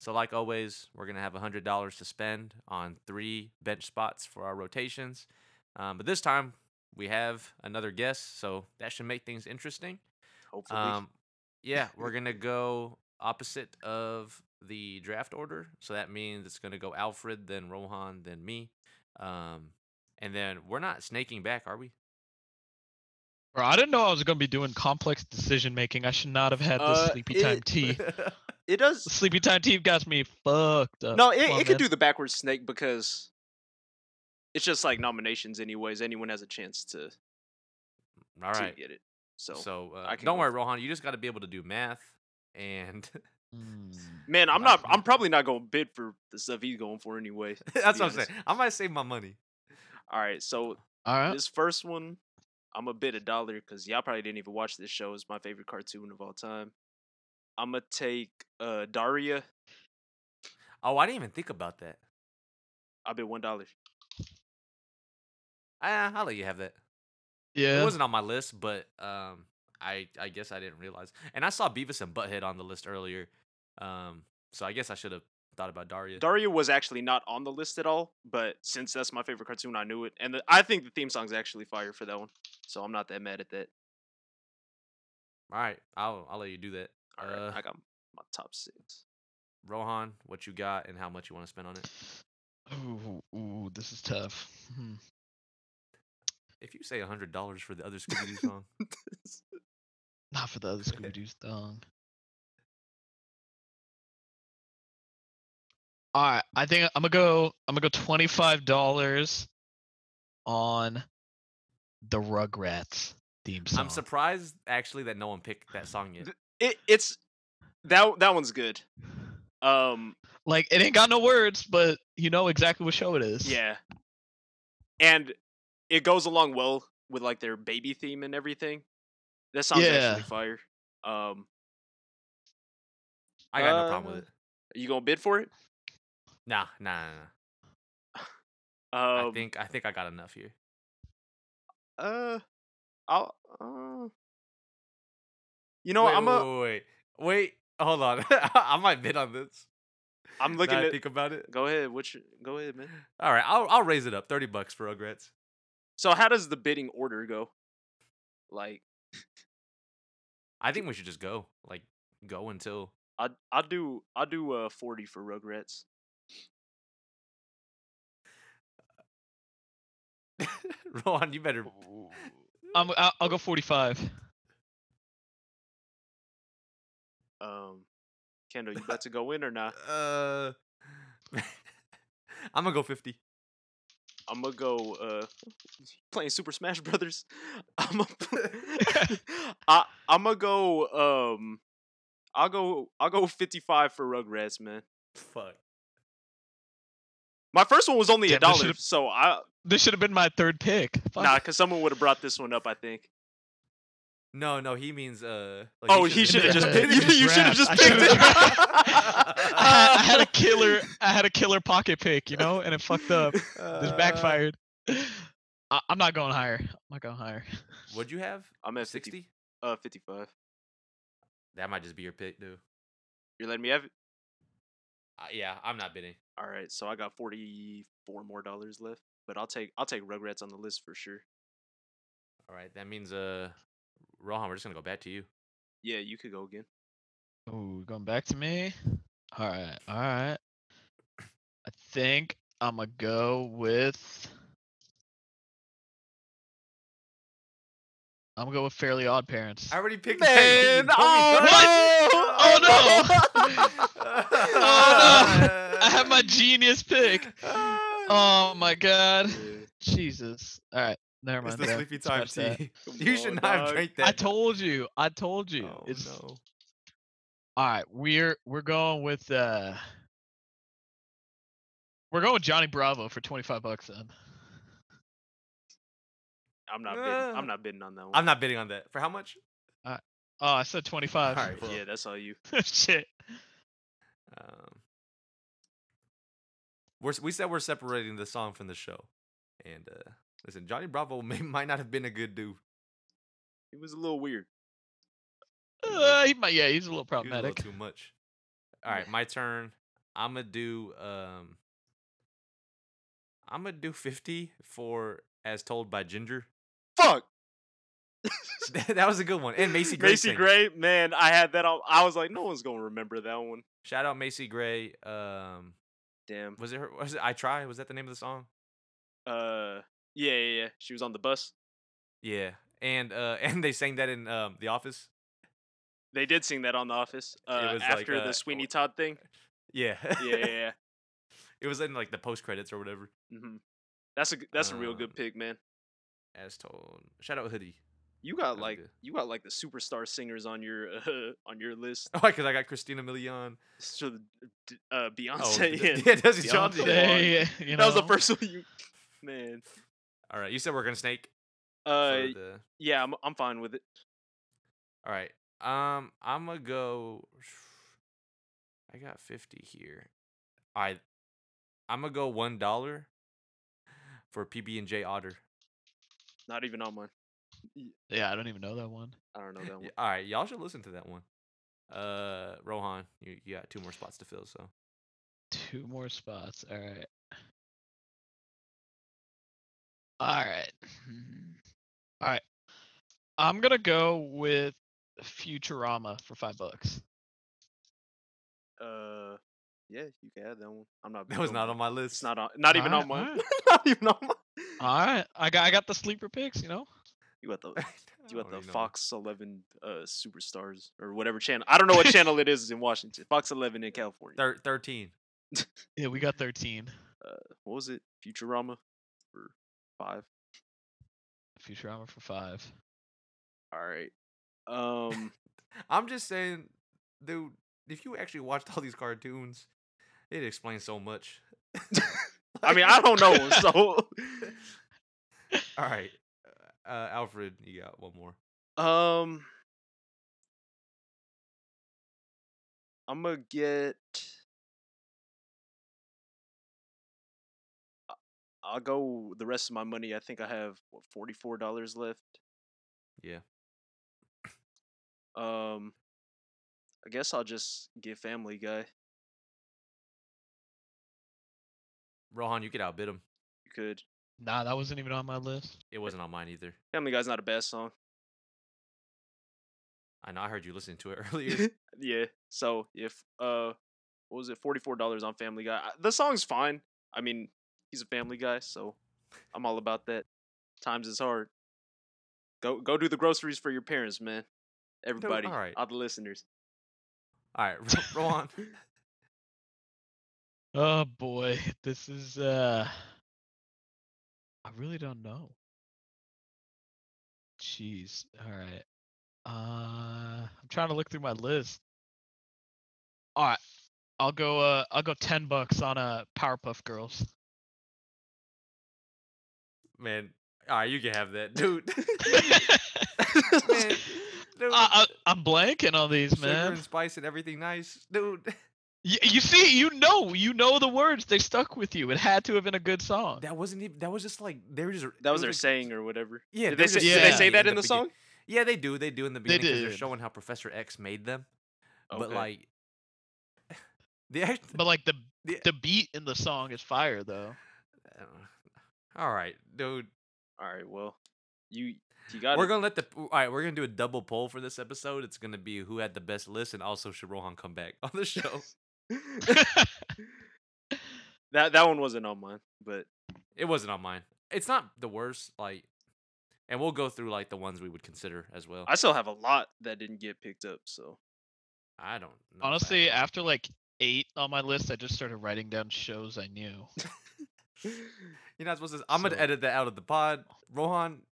Speaker 1: So like always, we're gonna have hundred dollars to spend on three bench spots for our rotations. Um, but this time we have another guest, so that should make things interesting.
Speaker 2: Hopefully,
Speaker 1: Um, yeah, we're gonna go opposite of the draft order, so that means it's gonna go Alfred, then Rohan, then me, um, and then we're not snaking back, are we?
Speaker 3: Bro, I didn't know I was gonna be doing complex decision making. I should not have had the
Speaker 2: Uh,
Speaker 3: sleepy
Speaker 2: it-
Speaker 3: time tea.
Speaker 2: it
Speaker 3: The
Speaker 2: does.
Speaker 3: sleepy time tea got me fucked up.
Speaker 2: No, it,
Speaker 3: Come on,
Speaker 2: it could
Speaker 3: man.
Speaker 2: do the backwards snake because it's just like nominations, anyways. Anyone has a chance to,
Speaker 1: All
Speaker 2: to
Speaker 1: right.
Speaker 2: get it. So,
Speaker 1: So, uh,
Speaker 2: I can
Speaker 1: don't
Speaker 2: go
Speaker 1: worry,
Speaker 2: with-
Speaker 1: Rohan. You just got to be able to do math, and
Speaker 3: Mm.
Speaker 2: man, I'm
Speaker 1: Wow.
Speaker 2: not. I'm probably not gonna bid for the stuff he's going for anyway. to
Speaker 1: that's
Speaker 2: be
Speaker 1: what I'm
Speaker 2: honest.
Speaker 1: saying. I might save my money.
Speaker 2: All right, so
Speaker 3: All right.
Speaker 2: this first one, I'm gonna bid a dollar because y'all probably didn't even watch this show. It's my favorite cartoon of all time. I'm gonna take uh, Daria.
Speaker 1: Oh, I didn't even think about that.
Speaker 2: I bid one dollar.
Speaker 1: Ah, I'll let you have that.
Speaker 3: Yeah.
Speaker 1: It wasn't on my list, but um, I I guess I didn't realize. And I saw Beavis and Butthead on the list earlier. Um, so I guess I should have thought about Daria.
Speaker 2: Daria was actually not on the list at all, but since that's my favorite cartoon, I knew it. And the, I think the theme song's actually fire for that one, so I'm not that mad at that.
Speaker 1: All right, I'll I'll let you do that.
Speaker 2: All right,
Speaker 1: Uh,
Speaker 2: I got my top six.
Speaker 1: Rohan, what you got and how much you want to spend on it?
Speaker 3: Ooh, ooh, this is tough. Hmm.
Speaker 1: If you say hundred dollars for the other Scooby Doo song,
Speaker 3: Not for the other Scooby Doo song. All right, I think I'm gonna go. I'm gonna go twenty five dollars on the Rugrats theme song.
Speaker 1: I'm surprised actually that no one picked that song yet.
Speaker 2: Th- It it's that that one's good. Um,
Speaker 3: Like it ain't got no words, but you know exactly what show it is.
Speaker 2: yeah, and it goes along well with like their baby theme and everything. That song's actually
Speaker 3: Yeah.
Speaker 2: fire. Um,
Speaker 1: I got no problem with
Speaker 2: Uh,
Speaker 1: it.
Speaker 2: you gonna bid for it?
Speaker 1: Nah, nah, nah. nah.
Speaker 2: Um,
Speaker 1: I think I think I got enough here.
Speaker 2: Uh, I'll. Uh, you know,
Speaker 1: wait,
Speaker 2: I'm a.
Speaker 1: wait, wait, wait. Hold on, I might bid on this.
Speaker 2: I'm
Speaker 1: Now
Speaker 2: looking
Speaker 1: I
Speaker 2: at.
Speaker 1: think about it.
Speaker 2: Go ahead. Which? Go ahead, man.
Speaker 1: All right, I'll I'll raise it up. Thirty bucks for Rugrats.
Speaker 2: So how does the bidding order go? Like,
Speaker 1: I think we should just go. Like go until
Speaker 2: I I do I do uh forty for Rugrats.
Speaker 1: Rohan, you better
Speaker 3: I'm. I'll, I'll go forty five.
Speaker 2: Um, Kendall, you about to go in or not?
Speaker 1: uh I'm gonna go fifty.
Speaker 2: I'm gonna go uh playing Super Smash Brothers. I'm gonna I I'm gonna go um I'll go I'll go 55 for Rugrats, man.
Speaker 1: Fuck.
Speaker 2: My first one was only a
Speaker 3: Damn, this
Speaker 2: dollar,
Speaker 3: should've-
Speaker 2: so I
Speaker 3: This should have been my third pick. Fuck.
Speaker 2: Nah, because someone would have brought this one up, I think.
Speaker 1: No, no, he means uh. like,
Speaker 2: Oh,
Speaker 1: should've
Speaker 2: he should have
Speaker 1: been-
Speaker 2: just
Speaker 3: Yeah,
Speaker 2: picked.
Speaker 3: you
Speaker 2: You,
Speaker 3: just
Speaker 2: should have
Speaker 3: grabbed.
Speaker 2: just
Speaker 3: I
Speaker 2: picked
Speaker 3: should've
Speaker 2: it.
Speaker 3: I, had, I had a killer. I had a killer pocket pick, you know, and it fucked up. This
Speaker 1: Uh,
Speaker 3: backfired. I, I'm not going higher. I'm not going higher.
Speaker 1: What'd you have?
Speaker 2: I'm at 60.
Speaker 1: Sixty.
Speaker 2: uh, 55.
Speaker 1: That might just be your pick, dude.
Speaker 2: You're letting me have it.
Speaker 1: Uh, yeah, I'm not bidding.
Speaker 2: All right, so I got 44 more dollars left, but I'll take I'll take Rugrats on the list for sure.
Speaker 1: All right, that means uh, Rohan, we're just gonna go back to you.
Speaker 2: Yeah, you could go again.
Speaker 3: Ooh, going back to me. All right, all right. I think I'm gonna go with. I'm gonna go with Fairly Odd Parents.
Speaker 1: already picked.
Speaker 2: Man, oh,
Speaker 3: What?
Speaker 1: no!
Speaker 3: Oh, I have my genius pick. Oh my god,
Speaker 2: Yeah.
Speaker 3: Jesus! All right, never
Speaker 1: It's
Speaker 3: mind.
Speaker 1: the
Speaker 3: never-
Speaker 1: sleepy time
Speaker 3: scratch that.
Speaker 1: tea.
Speaker 2: Come
Speaker 1: You should
Speaker 2: on,
Speaker 1: not have
Speaker 2: Oh, dog.
Speaker 1: drank that.
Speaker 3: I told you. I told you.
Speaker 1: Oh,
Speaker 3: it's
Speaker 1: no.
Speaker 3: all right. We're we're going with uh. We're going with Johnny Bravo for twenty five bucks then.
Speaker 2: I'm not bidding.
Speaker 1: Uh,
Speaker 2: I'm not bidding on that one.
Speaker 1: I'm not bidding on that. For how much?
Speaker 3: Oh, I said twenty five.
Speaker 1: All right, well,
Speaker 2: yeah, that's all you.
Speaker 3: Shit.
Speaker 1: Um, we're, s- we said we're separating the song from the show, and uh, listen, Johnny Bravo may, might not have been a good dude.
Speaker 2: It was a little weird.
Speaker 1: He was-
Speaker 3: Uh, he might, yeah,
Speaker 1: He was
Speaker 3: he's a little
Speaker 1: a little
Speaker 3: problematic.
Speaker 1: too much. All right, my turn. I'm gonna do um, I'm gonna do fifty for as told by Ginger.
Speaker 2: Fuck.
Speaker 1: that was a good one, and Macy Gray.
Speaker 2: Macy
Speaker 1: sang it.
Speaker 2: Gray, man, I had that. On, I was like, no one's gonna remember that one.
Speaker 1: Shout out Macy Gray. Um,
Speaker 2: Damn.
Speaker 1: was it her? Was it I try? Was that the name of the song?
Speaker 2: Uh, yeah, yeah, yeah. She was on the bus.
Speaker 1: Yeah, and uh, and they sang that in um, The Office.
Speaker 2: They did sing that on The Office uh,
Speaker 1: was like,
Speaker 2: after
Speaker 1: uh,
Speaker 2: the
Speaker 1: w-
Speaker 2: Sweeney Todd thing.
Speaker 1: Yeah,
Speaker 2: Yeah, yeah, yeah.
Speaker 1: it was in like the post credits or whatever.
Speaker 2: hmm That's a g- that's a real
Speaker 1: Um,
Speaker 2: good pick, man.
Speaker 1: As told, shout out Hoodie.
Speaker 2: You
Speaker 1: that's
Speaker 2: got like
Speaker 1: good.
Speaker 2: you got like the superstar singers on your uh, on your list.
Speaker 1: Oh, because I got Christina Milian.
Speaker 2: So d- uh,
Speaker 1: Oh,
Speaker 2: Beyonce.
Speaker 1: yeah,
Speaker 2: yeah.
Speaker 1: Desi
Speaker 2: Beyonce.
Speaker 1: Johnson.
Speaker 3: Beyonce, you
Speaker 2: That was the
Speaker 3: know?
Speaker 2: first one you. Man.
Speaker 1: All right, you said we're gonna snake. for
Speaker 2: Uh,
Speaker 1: the-
Speaker 2: yeah, I'm I'm fine with it.
Speaker 1: All right, um, I'm gonna go. I got fifty here. I, I'm gonna go one dollar for PB and J Otter.
Speaker 2: Not even on mine. Y-
Speaker 3: Yeah, I don't even know that one.
Speaker 2: I don't know that one.
Speaker 1: all right, y'all should listen to that one. Uh, Rohan, you, you got two more spots to fill, so
Speaker 3: Two more spots. All right. All right. Hmm. All right. I'm gonna go with Futurama for five bucks.
Speaker 2: Uh, yeah, you can add that one. I'm not.
Speaker 1: that
Speaker 2: big
Speaker 1: was not
Speaker 2: that.
Speaker 1: on my list.
Speaker 2: It's not on. Not even
Speaker 3: Alright,
Speaker 2: on my.
Speaker 3: alright.
Speaker 2: not even on my.
Speaker 3: All right. I got I got the sleeper picks. You know.
Speaker 2: You got the.
Speaker 1: I
Speaker 2: You got
Speaker 1: don't
Speaker 2: the
Speaker 1: even Oh, know.
Speaker 2: Fox 11 uh, Superstars or whatever channel. I don't know what channel it is in Washington. Fox 11 in California.
Speaker 1: Thir- Thirteen.
Speaker 3: Yeah, we got thirteen.
Speaker 2: What was it? Futurama for five.
Speaker 3: Futurama for five.
Speaker 2: All right. Um.
Speaker 1: I'm just saying, dude, if you actually watched all these cartoons, it explains so much.
Speaker 2: I mean, I don't know. 'em, So.
Speaker 1: All right, uh, Alfred, you got one more.
Speaker 2: Um, I'm gonna get. I- I'll go the rest of my money. I think I have what, forty-four dollars left.
Speaker 1: Yeah.
Speaker 2: Um, I guess I'll just get Family Guy.
Speaker 1: Rohan, you could outbid him.
Speaker 2: You could.
Speaker 3: Nah, that wasn't even on my list.
Speaker 1: It wasn't on mine either.
Speaker 2: Family Guy's not a bad song.
Speaker 1: I know. I heard you listening to it earlier.
Speaker 2: yeah. So if uh, what was it? Forty-four dollars on Family Guy. I- The song's fine. I mean, he's a Family Guy, so I'm all about that. Times is hard. Go go do the groceries for your parents, man. Everybody,
Speaker 1: alright.
Speaker 2: all the listeners.
Speaker 1: All right, Ro- Rohan.
Speaker 3: Oh boy, this is uh I really don't know. Jeez. All right. Uh I'm trying to look through my list. All right. I'll go uh I'll go 10 bucks on uh Powerpuff Girls.
Speaker 1: Man, all right, you can have that, dude. Man,
Speaker 3: I,
Speaker 1: dude.
Speaker 3: I, I'm blanking on these,
Speaker 1: Sugar
Speaker 3: Uh, man.
Speaker 1: and spice and everything nice, dude.
Speaker 3: Y- you see, you know, you know the words. They stuck with you. It had to have been a good song.
Speaker 1: That wasn't even. That was just like they were just.
Speaker 2: That
Speaker 1: it
Speaker 2: was their
Speaker 1: like-
Speaker 2: saying or whatever.
Speaker 1: Yeah,
Speaker 2: did
Speaker 1: they
Speaker 2: they
Speaker 1: were
Speaker 2: say,
Speaker 1: just
Speaker 2: did they
Speaker 1: saying
Speaker 2: say
Speaker 1: it
Speaker 2: that in the,
Speaker 1: begin-
Speaker 2: song?
Speaker 1: Yeah, they do. They do in the
Speaker 3: They
Speaker 1: beginning because they're
Speaker 3: did.
Speaker 1: showing how Professor X made them. But
Speaker 2: Okay.
Speaker 1: like, the act.
Speaker 3: But like the
Speaker 1: the-
Speaker 3: the beat in the song is fire though.
Speaker 1: I don't know. all right, dude.
Speaker 2: all right, well, you you got
Speaker 1: We're
Speaker 2: it.
Speaker 1: gonna let the. All right, we're gonna do a double poll for this episode. It's gonna be who had the best list, and also should Rohan come back on the show.
Speaker 2: that that one wasn't on mine, but
Speaker 1: it wasn't on mine. It's not the worst. Like, and we'll go through like the ones we would consider as well.
Speaker 2: I still have a lot that didn't get picked up. So
Speaker 1: I don't. know if I
Speaker 3: Honestly,
Speaker 1: have-
Speaker 3: after like eight on my list, I just started writing down shows I knew.
Speaker 1: You're not supposed to. I'm gonna
Speaker 3: So-
Speaker 1: edit that out of the pod. Rohan,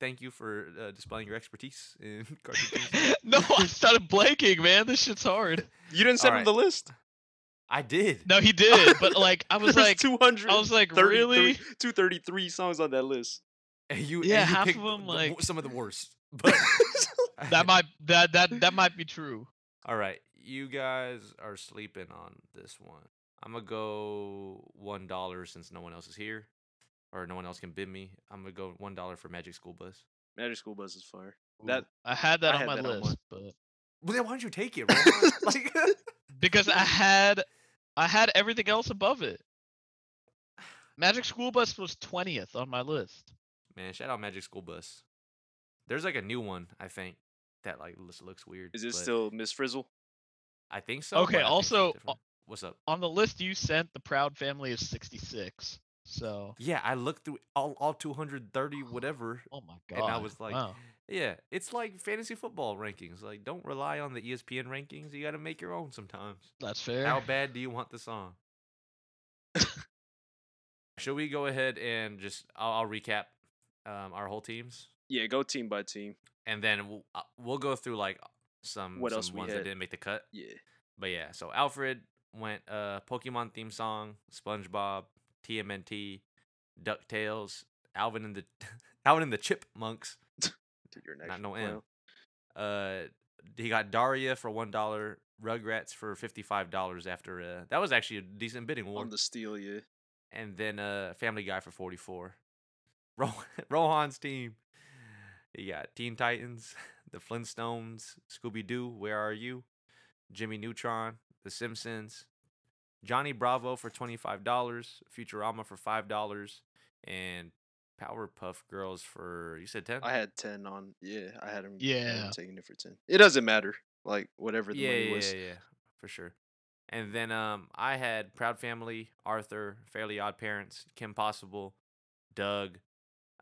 Speaker 1: thank you for uh, displaying your expertise in cartoon. things.
Speaker 3: no, I started blanking, man. This shit's hard.
Speaker 2: you didn't send
Speaker 1: All
Speaker 2: him the list.
Speaker 1: I did.
Speaker 3: No, he did, but like I was like,
Speaker 2: two hundred.
Speaker 3: I was like, really?
Speaker 2: 233 songs on that list.
Speaker 1: And you,
Speaker 3: Yeah,
Speaker 1: and you
Speaker 3: half of
Speaker 1: picked
Speaker 3: them,
Speaker 1: the-
Speaker 3: like-
Speaker 1: some of the worst. But
Speaker 3: That might that that that might be true.
Speaker 1: All right, you guys are sleeping on this one. I'm gonna go one dollar since no one else is here, or no one else can bid me. I'm gonna go one dollar for Magic School Bus.
Speaker 2: Magic School Bus is fire. That
Speaker 3: I had that
Speaker 2: I
Speaker 3: on
Speaker 2: had
Speaker 3: my
Speaker 2: that on mine.
Speaker 3: list, but
Speaker 1: Well, then why don't you take it? Rohan? like,
Speaker 3: because I had I had everything else above it. Magic School Bus was twentieth on my list.
Speaker 1: man, shout out Magic School Bus. There's like a new one, I think, that like looks, looks weird.
Speaker 2: is it
Speaker 1: but
Speaker 2: still Miss Frizzle?
Speaker 1: I think so.
Speaker 3: Okay,
Speaker 1: but I think it's
Speaker 3: also, uh,
Speaker 1: different. what's up?
Speaker 3: On the list you sent, the Proud Family is sixty six. So,
Speaker 1: Yeah, I looked through all, all 230 whatever.
Speaker 3: oh my god,
Speaker 1: And I was like,
Speaker 3: wow.
Speaker 1: Yeah, it's like fantasy football rankings. Like, don't rely on the E ESPN rankings. You got to make your own sometimes.
Speaker 3: that's fair.
Speaker 1: How bad do you want the song? Should we go ahead and just I'll, I'll recap um, our whole teams,
Speaker 2: Yeah, go team by team.
Speaker 1: and then we'll, uh, we'll go through like some
Speaker 2: What
Speaker 1: some
Speaker 2: else we
Speaker 1: ones that
Speaker 2: had?
Speaker 1: didn't make the cut.
Speaker 2: Yeah.
Speaker 1: But yeah, so Alfred went uh, Pokemon theme song, SpongeBob, TMNT, Ducktales, Alvin and the Alvin and the Chipmunks.
Speaker 2: Dude, you're an
Speaker 1: Not
Speaker 2: actual
Speaker 1: no M.
Speaker 2: clown.
Speaker 1: Uh, he got Daria for one dollar, Rugrats for fifty five dollars. After uh, that was actually a decent bidding war.
Speaker 2: On the steel, yeah.
Speaker 1: and then uh Family Guy for 44. Ro- Rohan's team You got Teen Titans, The Flintstones, Scooby Doo, Where Are You, Jimmy Neutron, The Simpsons, Johnny Bravo for $25, Futurama for $5, and Powerpuff Girls for, you said 10?
Speaker 2: I had ten on. Yeah, I had him.
Speaker 3: Yeah.
Speaker 2: taking it for ten. It doesn't matter. Like whatever the
Speaker 1: yeah,
Speaker 2: money
Speaker 1: yeah,
Speaker 2: was.
Speaker 1: yeah, yeah, for sure. And then um, I had Proud Family, Arthur, Fairly Odd Parents, Kim Possible, Doug,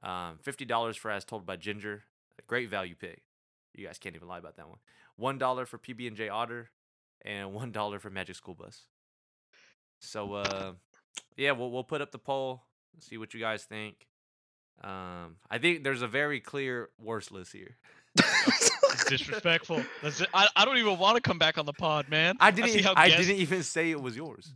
Speaker 1: um, fifty dollars for As Told by Ginger, a great value pick. You guys can't even lie about that one. One dollar for PB and J Otter, and one dollar for Magic School Bus. So uh, yeah, we'll we'll put up the poll, see what you guys think. Um, I think there's a very clear worst list here.
Speaker 3: Disrespectful. That's it. I, I don't even want to come back on the pod, man.
Speaker 1: I
Speaker 3: see
Speaker 1: didn't. e,
Speaker 3: how
Speaker 1: I
Speaker 3: guests-
Speaker 1: didn't even say it was yours.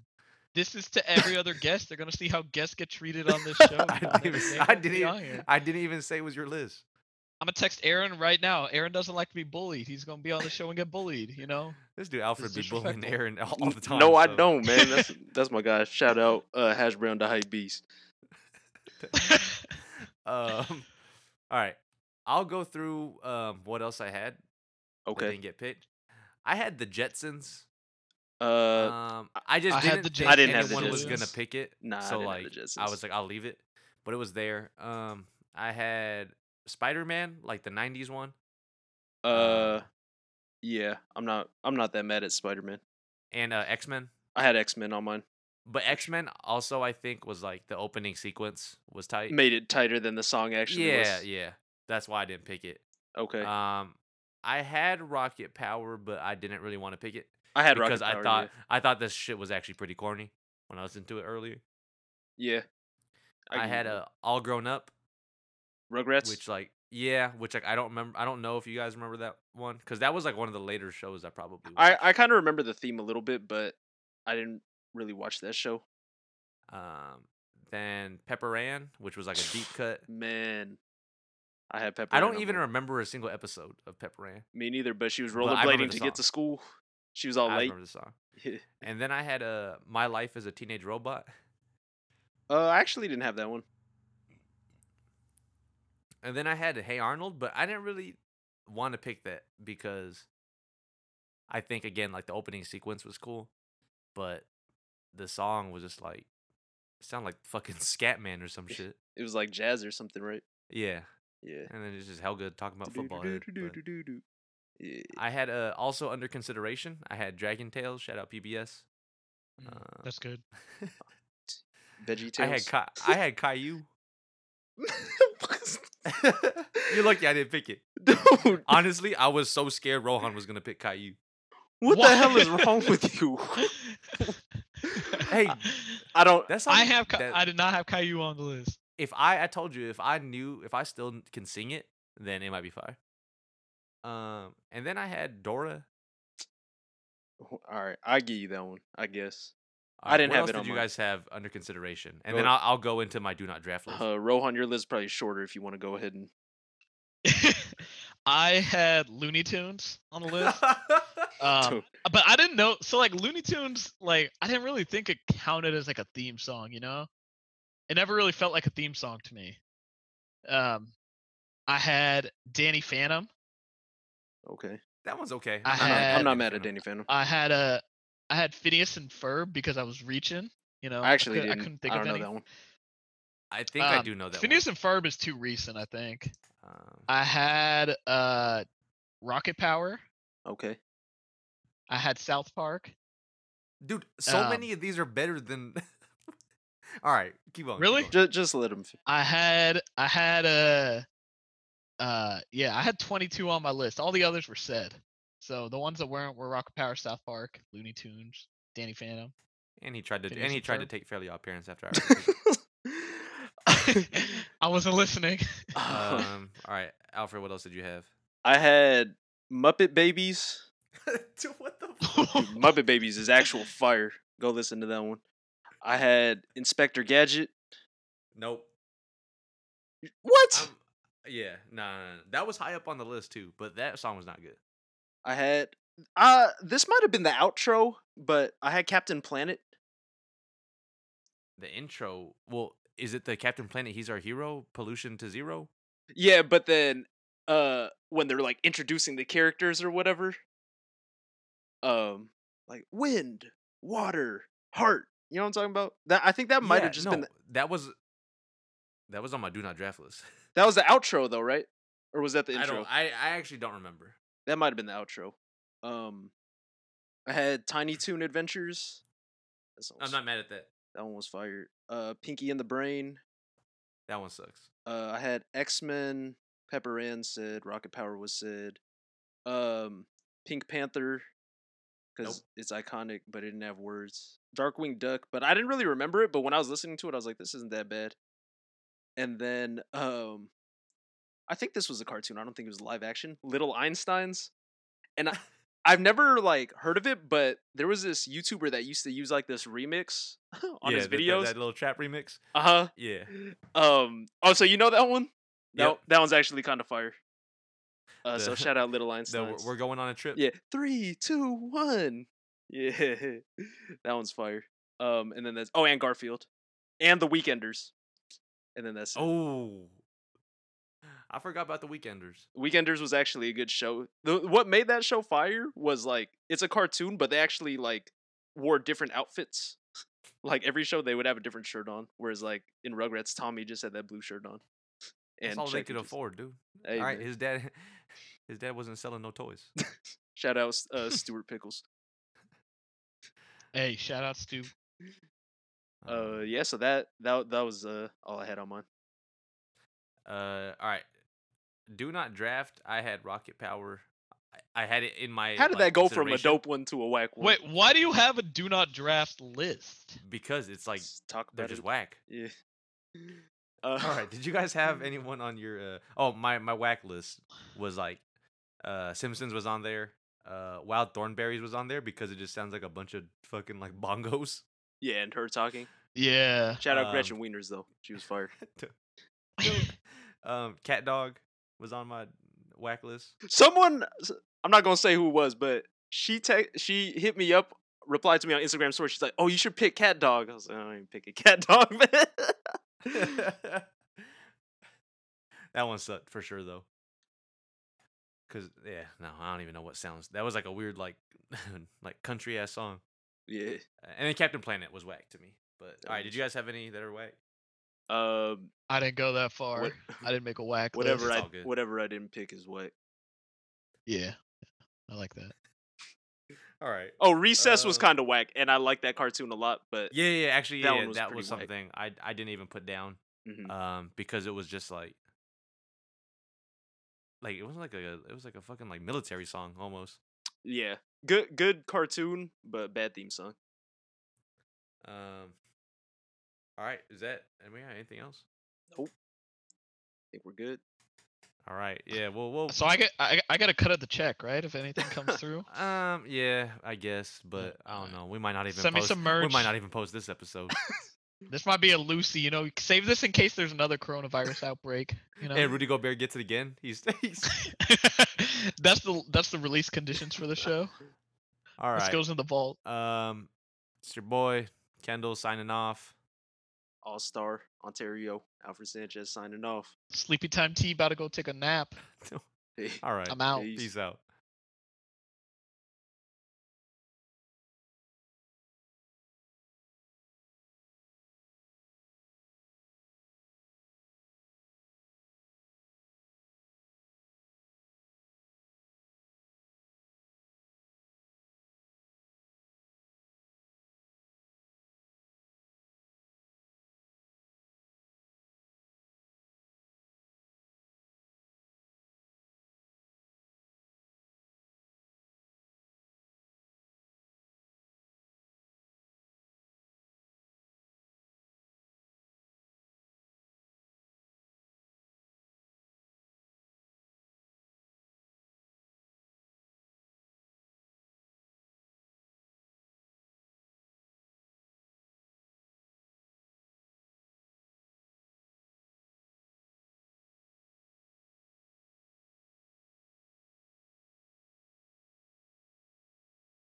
Speaker 3: This is to every other guest. They're gonna see how guests get treated on this show.
Speaker 1: I
Speaker 3: man.
Speaker 1: didn't
Speaker 3: They-
Speaker 1: even-
Speaker 3: they
Speaker 1: I
Speaker 3: won't be
Speaker 1: didn't e even-
Speaker 3: on here.
Speaker 1: I didn't even say it was your list.
Speaker 3: I'm gonna text Aaron right now. Aaron doesn't like to be bullied. He's gonna be on the show and get bullied. You know.
Speaker 1: This dude Alfred be bullying
Speaker 3: disrespectful.
Speaker 1: Aaron all, all the time.
Speaker 2: no, I
Speaker 1: so-
Speaker 2: don't, man. That's that's my guy. Shout out uh, Hash Brown to Hype Beast.
Speaker 1: Um, all right, I'll go through um, what else I had. that
Speaker 2: Okay.
Speaker 1: didn't get picked. I had the Jetsons.
Speaker 2: Uh,
Speaker 1: Um, I just
Speaker 3: I
Speaker 1: didn't
Speaker 3: had the
Speaker 1: think
Speaker 3: Jetsons. I
Speaker 2: didn't have the
Speaker 1: anyone was gonna
Speaker 3: Jetsons.
Speaker 1: pick it.
Speaker 2: Nah, I
Speaker 1: so
Speaker 2: didn't
Speaker 1: like
Speaker 2: have the
Speaker 1: I
Speaker 2: Jetsons.
Speaker 1: was like I'll leave it, but it was there. Um, I had Spider Man, like the '90s one,
Speaker 2: uh, yeah. I'm not. I'm not that mad at Spider Man.
Speaker 1: and uh, X Men.
Speaker 2: I had X Men on mine.
Speaker 1: But X Men also I think was like the opening sequence was tight.
Speaker 2: Made it tighter than the song actually
Speaker 1: yeah,
Speaker 2: was.
Speaker 1: yeah. That's why I didn't pick it.
Speaker 2: Okay.
Speaker 1: Um, I had Rocket Power, but I didn't really want to pick it
Speaker 2: I had
Speaker 1: because
Speaker 2: Rocket Power.
Speaker 1: I thought I thought this shit was actually pretty corny when I listened to it earlier.
Speaker 2: Yeah. yeah.
Speaker 1: I,
Speaker 2: can-
Speaker 1: had a All Grown Up,
Speaker 2: Rugrats.
Speaker 1: which like yeah, which like I don't remember. I don't know if you guys remember that one because that was like one of the later shows I probably.
Speaker 2: I I kind of remember the theme a little bit, but I didn't really watch that show.
Speaker 1: Eh. I um then Pepper Ann, which was like a deep cut.
Speaker 2: Man, I had Pepper.
Speaker 1: I
Speaker 2: Ann
Speaker 1: don't
Speaker 2: on
Speaker 1: even
Speaker 2: mine.
Speaker 1: remember a single episode of Pepper Ann.
Speaker 2: Me neither, but she was
Speaker 1: But I remember
Speaker 2: rollerblading
Speaker 1: the
Speaker 2: to get to
Speaker 1: song.
Speaker 2: school. She was all
Speaker 1: I
Speaker 2: Oh, late.
Speaker 1: remember the song. And then I had uh, My Life as a Teenage Robot.
Speaker 2: uh, I actually didn't have that one.
Speaker 1: And then I had Hey Arnold, but I didn't really want to pick that because I think again like the opening sequence was cool, but the song was just like sound like fucking Scatman or some shit.
Speaker 2: It was like jazz or something, right?
Speaker 1: Yeah,
Speaker 2: Yeah.
Speaker 1: and then it's just Helga talking about football. head, but-
Speaker 2: Do-do-do-do-do-do-do-do. Yeah.
Speaker 1: I had uh, also under consideration. I had Dragon Tales. Shout out PBS. Uh,
Speaker 3: Mm, That's good.
Speaker 2: Veggie
Speaker 1: I had
Speaker 2: Tales.
Speaker 1: Ca- I had Caillou. You're lucky I didn't pick it.
Speaker 2: Dude,
Speaker 1: Honestly, I was so scared Rohan was gonna pick Caillou.
Speaker 2: what the hell is
Speaker 3: Why?
Speaker 2: wrong with you?
Speaker 1: Hey,
Speaker 2: I don't.
Speaker 1: That's
Speaker 3: I have. Ca-
Speaker 1: that-
Speaker 3: I did not have Caillou on the list.
Speaker 1: if I I told you if I knew if I still n- can sing it, then it might be fire. Um, and then I had Dora.
Speaker 2: All right, I give you that one. I guess. I
Speaker 1: Alright,
Speaker 2: didn't
Speaker 1: what
Speaker 2: have
Speaker 1: else
Speaker 2: it
Speaker 1: Did
Speaker 2: on
Speaker 1: you
Speaker 2: mine.
Speaker 1: guys have under consideration? And
Speaker 2: Go
Speaker 1: then I'll,
Speaker 2: ahead.
Speaker 1: I'll go into my do not draft list.
Speaker 2: Uh, Rohan, your list probably shorter if you want to go ahead and.
Speaker 3: I had Looney Tunes on the list. Um, but I didn't know. So like Looney Tunes, like I didn't really think it counted as like a theme song. You know, it never really felt like a theme song to me. Um, I had Danny Phantom.
Speaker 2: Okay.
Speaker 1: that one's okay.
Speaker 3: I
Speaker 2: I'm not,
Speaker 3: had-
Speaker 2: I'm not mad at
Speaker 1: Danny.
Speaker 2: Danny Phantom.
Speaker 3: I had a, I had Phineas and Ferb because I was reaching. You know,
Speaker 2: I actually
Speaker 3: could-
Speaker 2: didn't.
Speaker 3: I couldn't think
Speaker 2: I
Speaker 3: of
Speaker 2: don't know
Speaker 3: any.
Speaker 2: that one.
Speaker 1: I think I
Speaker 3: Um,
Speaker 1: do know that
Speaker 3: Phineas and Ferb is too recent, I think.
Speaker 1: one. Um,
Speaker 3: I had uh, Rocket Power.
Speaker 2: Okay.
Speaker 3: I had South Park.
Speaker 1: dude, so
Speaker 3: um,
Speaker 1: many of these are better than. All right, keep on. keep
Speaker 3: Really?
Speaker 1: on.
Speaker 2: Just, just let him. f-
Speaker 3: I had I had a uh yeah, I had 22 on my list. All the others were said. So the ones that weren't were Rocket Power, South Park, Looney Tunes, Danny Phantom.
Speaker 1: And he tried to
Speaker 3: Phineas
Speaker 1: and he
Speaker 3: and
Speaker 1: tried to
Speaker 3: Ferb.
Speaker 1: take fairly odd parents after I. already picked it.
Speaker 3: I wasn't listening.
Speaker 1: um, all right, Alfred, what else did you have?
Speaker 2: I had Muppet Babies.
Speaker 1: Dude, what the?
Speaker 2: Dude, Muppet Babies is actual fire. Go listen to that one. I had Inspector Gadget.
Speaker 1: Nope.
Speaker 2: What?
Speaker 1: I'm- Um, yeah, nah, nah, nah. that was high up on the list too, but that song was not good.
Speaker 2: I had. Uh, this might have been the outro, but I had Captain Planet.
Speaker 1: The intro, well, is it the Captain Planet? He's our hero. Pollution to zero.
Speaker 2: Yeah, but then uh when they're like introducing the characters or whatever um like wind water heart you know what i'm talking about that i think that might
Speaker 1: Yeah,
Speaker 2: have just been
Speaker 1: no,
Speaker 2: the,
Speaker 1: that was that was on my do not draft list.
Speaker 2: that was the outro though right or was that the
Speaker 1: I
Speaker 2: intro
Speaker 1: don't. I, I actually don't remember.
Speaker 2: that might have been the outro um i had tiny toon adventures that, song
Speaker 1: I'm
Speaker 2: was-
Speaker 1: not mad at that.
Speaker 2: that one was fired uh pinky in the brain
Speaker 1: That one sucks.
Speaker 2: Uh, I had X Men, Pepper Ann said, Rocket Power was said, um, Pink Panther, because
Speaker 1: Nope.
Speaker 2: it's iconic, but it didn't have words. Darkwing Duck, but I didn't really remember it. But when I was listening to it, I was like, this isn't that bad. And then, um, I think this was a cartoon. I don't think it was live action. Little Einsteins, and I, I've never like heard of it, but there was this YouTuber that used to use like this remix on
Speaker 1: yeah,
Speaker 2: his
Speaker 1: that- that-
Speaker 2: videos.
Speaker 1: that little trap remix.
Speaker 2: Uh huh.
Speaker 1: Yeah.
Speaker 2: Um. Oh, so you know that one? That
Speaker 1: Yep.
Speaker 2: that one's actually kind of fire. Uh. so
Speaker 1: The-
Speaker 2: shout out Little
Speaker 1: So we're,
Speaker 2: Einstein.
Speaker 1: we're going on a trip.
Speaker 2: yeah. Three, two, one. Yeah. that one's fire. Um. And then that's oh, and Garfield, and the Weekenders, and then that's
Speaker 1: Oh. I forgot about the Weekenders.
Speaker 2: Weekenders was actually a good show. The, what made that show fire was like it's a cartoon, but they actually like wore different outfits. Like every show, they would have a different shirt on, whereas like in Rugrats, Tommy just had that blue shirt on.
Speaker 1: That's all they
Speaker 2: Shaggy
Speaker 1: could
Speaker 2: just-
Speaker 1: afford, dude.
Speaker 2: Hey,
Speaker 1: all right,
Speaker 2: man.
Speaker 1: his dad, his dad wasn't selling no toys.
Speaker 2: Shout out S- uh, Stuart Pickles.
Speaker 3: Hey, shout outs to
Speaker 1: Um, Uh-huh.
Speaker 2: Uh, yeah. So that that that was uh all I had on mine.
Speaker 1: Uh, all right. Do not draft. I had rocket power. I, I had it in my.
Speaker 2: How did
Speaker 1: like,
Speaker 2: that go from a
Speaker 1: consideration
Speaker 2: dope one to a whack one?
Speaker 3: Wait, why do you have a do not draft list?
Speaker 1: Because it's like
Speaker 2: Let's talk
Speaker 1: they're
Speaker 2: about
Speaker 1: just
Speaker 2: it.
Speaker 1: whack.
Speaker 2: Yeah. Uh,
Speaker 1: All right. Did you guys
Speaker 2: Mm.
Speaker 1: have anyone on your? Uh, oh, my my whack list was like, uh, Simpsons was on there. Uh, Wild Thornberries was on there because it just sounds like a bunch of fucking like bongos.
Speaker 2: Yeah, and her talking.
Speaker 3: Yeah.
Speaker 2: Shout out
Speaker 1: Um,
Speaker 2: Gretchen Wieners though. She was fired.
Speaker 1: um, Cat Dog was on my whack list.
Speaker 2: Someone, s- I'm not gonna say who it was, but she te- she hit me up, replied to me on Instagram story. She's like, "Oh, you should pick Cat Dog." I was like, "I don't even pick a Cat Dog, man."
Speaker 1: that one sucked for sure though. Cause yeah, no, I don't even know what sounds. That was like a weird like like country ass song.
Speaker 2: yeah.
Speaker 1: Uh, And then Captain Planet was whack to me. But
Speaker 2: That
Speaker 1: all right,
Speaker 2: was-
Speaker 1: did you guys have any that are whack?
Speaker 2: Um.
Speaker 3: I didn't go that far.
Speaker 2: what-
Speaker 3: I didn't make a whack
Speaker 2: whatever
Speaker 3: list.
Speaker 2: I
Speaker 1: all good.
Speaker 2: whatever I didn't pick is what.
Speaker 3: Yeah. I like that.
Speaker 1: All right.
Speaker 2: Oh, Recess was
Speaker 1: Uh,
Speaker 2: kind of whack, and I like that cartoon a lot, but
Speaker 1: Yeah, yeah. Actually,
Speaker 2: That
Speaker 1: yeah,
Speaker 2: one was
Speaker 1: that
Speaker 2: pretty
Speaker 1: was
Speaker 2: whack.
Speaker 1: something I I didn't even put down.
Speaker 2: Mhm.
Speaker 1: Um, because it was just like. Like it wasn't like a it was like a fucking like military song almost.
Speaker 2: yeah, good good cartoon, but bad theme song.
Speaker 1: Um, all right, is that and we got anything else?
Speaker 2: I think we're good.
Speaker 1: All right, yeah, well,
Speaker 2: Oh,
Speaker 1: we'll
Speaker 3: So I get I, I gotta cut out the check, right? If anything comes through.
Speaker 1: Um. Yeah, I guess, but I don't
Speaker 3: alright.
Speaker 1: know. We might not even
Speaker 3: Send me
Speaker 1: post,
Speaker 3: some
Speaker 1: We might
Speaker 3: merch.
Speaker 1: not even post this episode.
Speaker 3: This might be a Lucy, you know. Save this in case there's another coronavirus outbreak. You know.
Speaker 1: and Rudy Gobert gets it again. He's, he's
Speaker 3: that's the that's the release conditions for the show.
Speaker 1: all
Speaker 3: this
Speaker 1: right.
Speaker 3: goes in the vault.
Speaker 1: Um, it's your boy Kendall signing off.
Speaker 2: All Star Ontario, Alfred Sanchez signing off.
Speaker 3: Sleepy time tea about to go take a nap.
Speaker 1: All right,
Speaker 3: I'm out.
Speaker 1: peace out.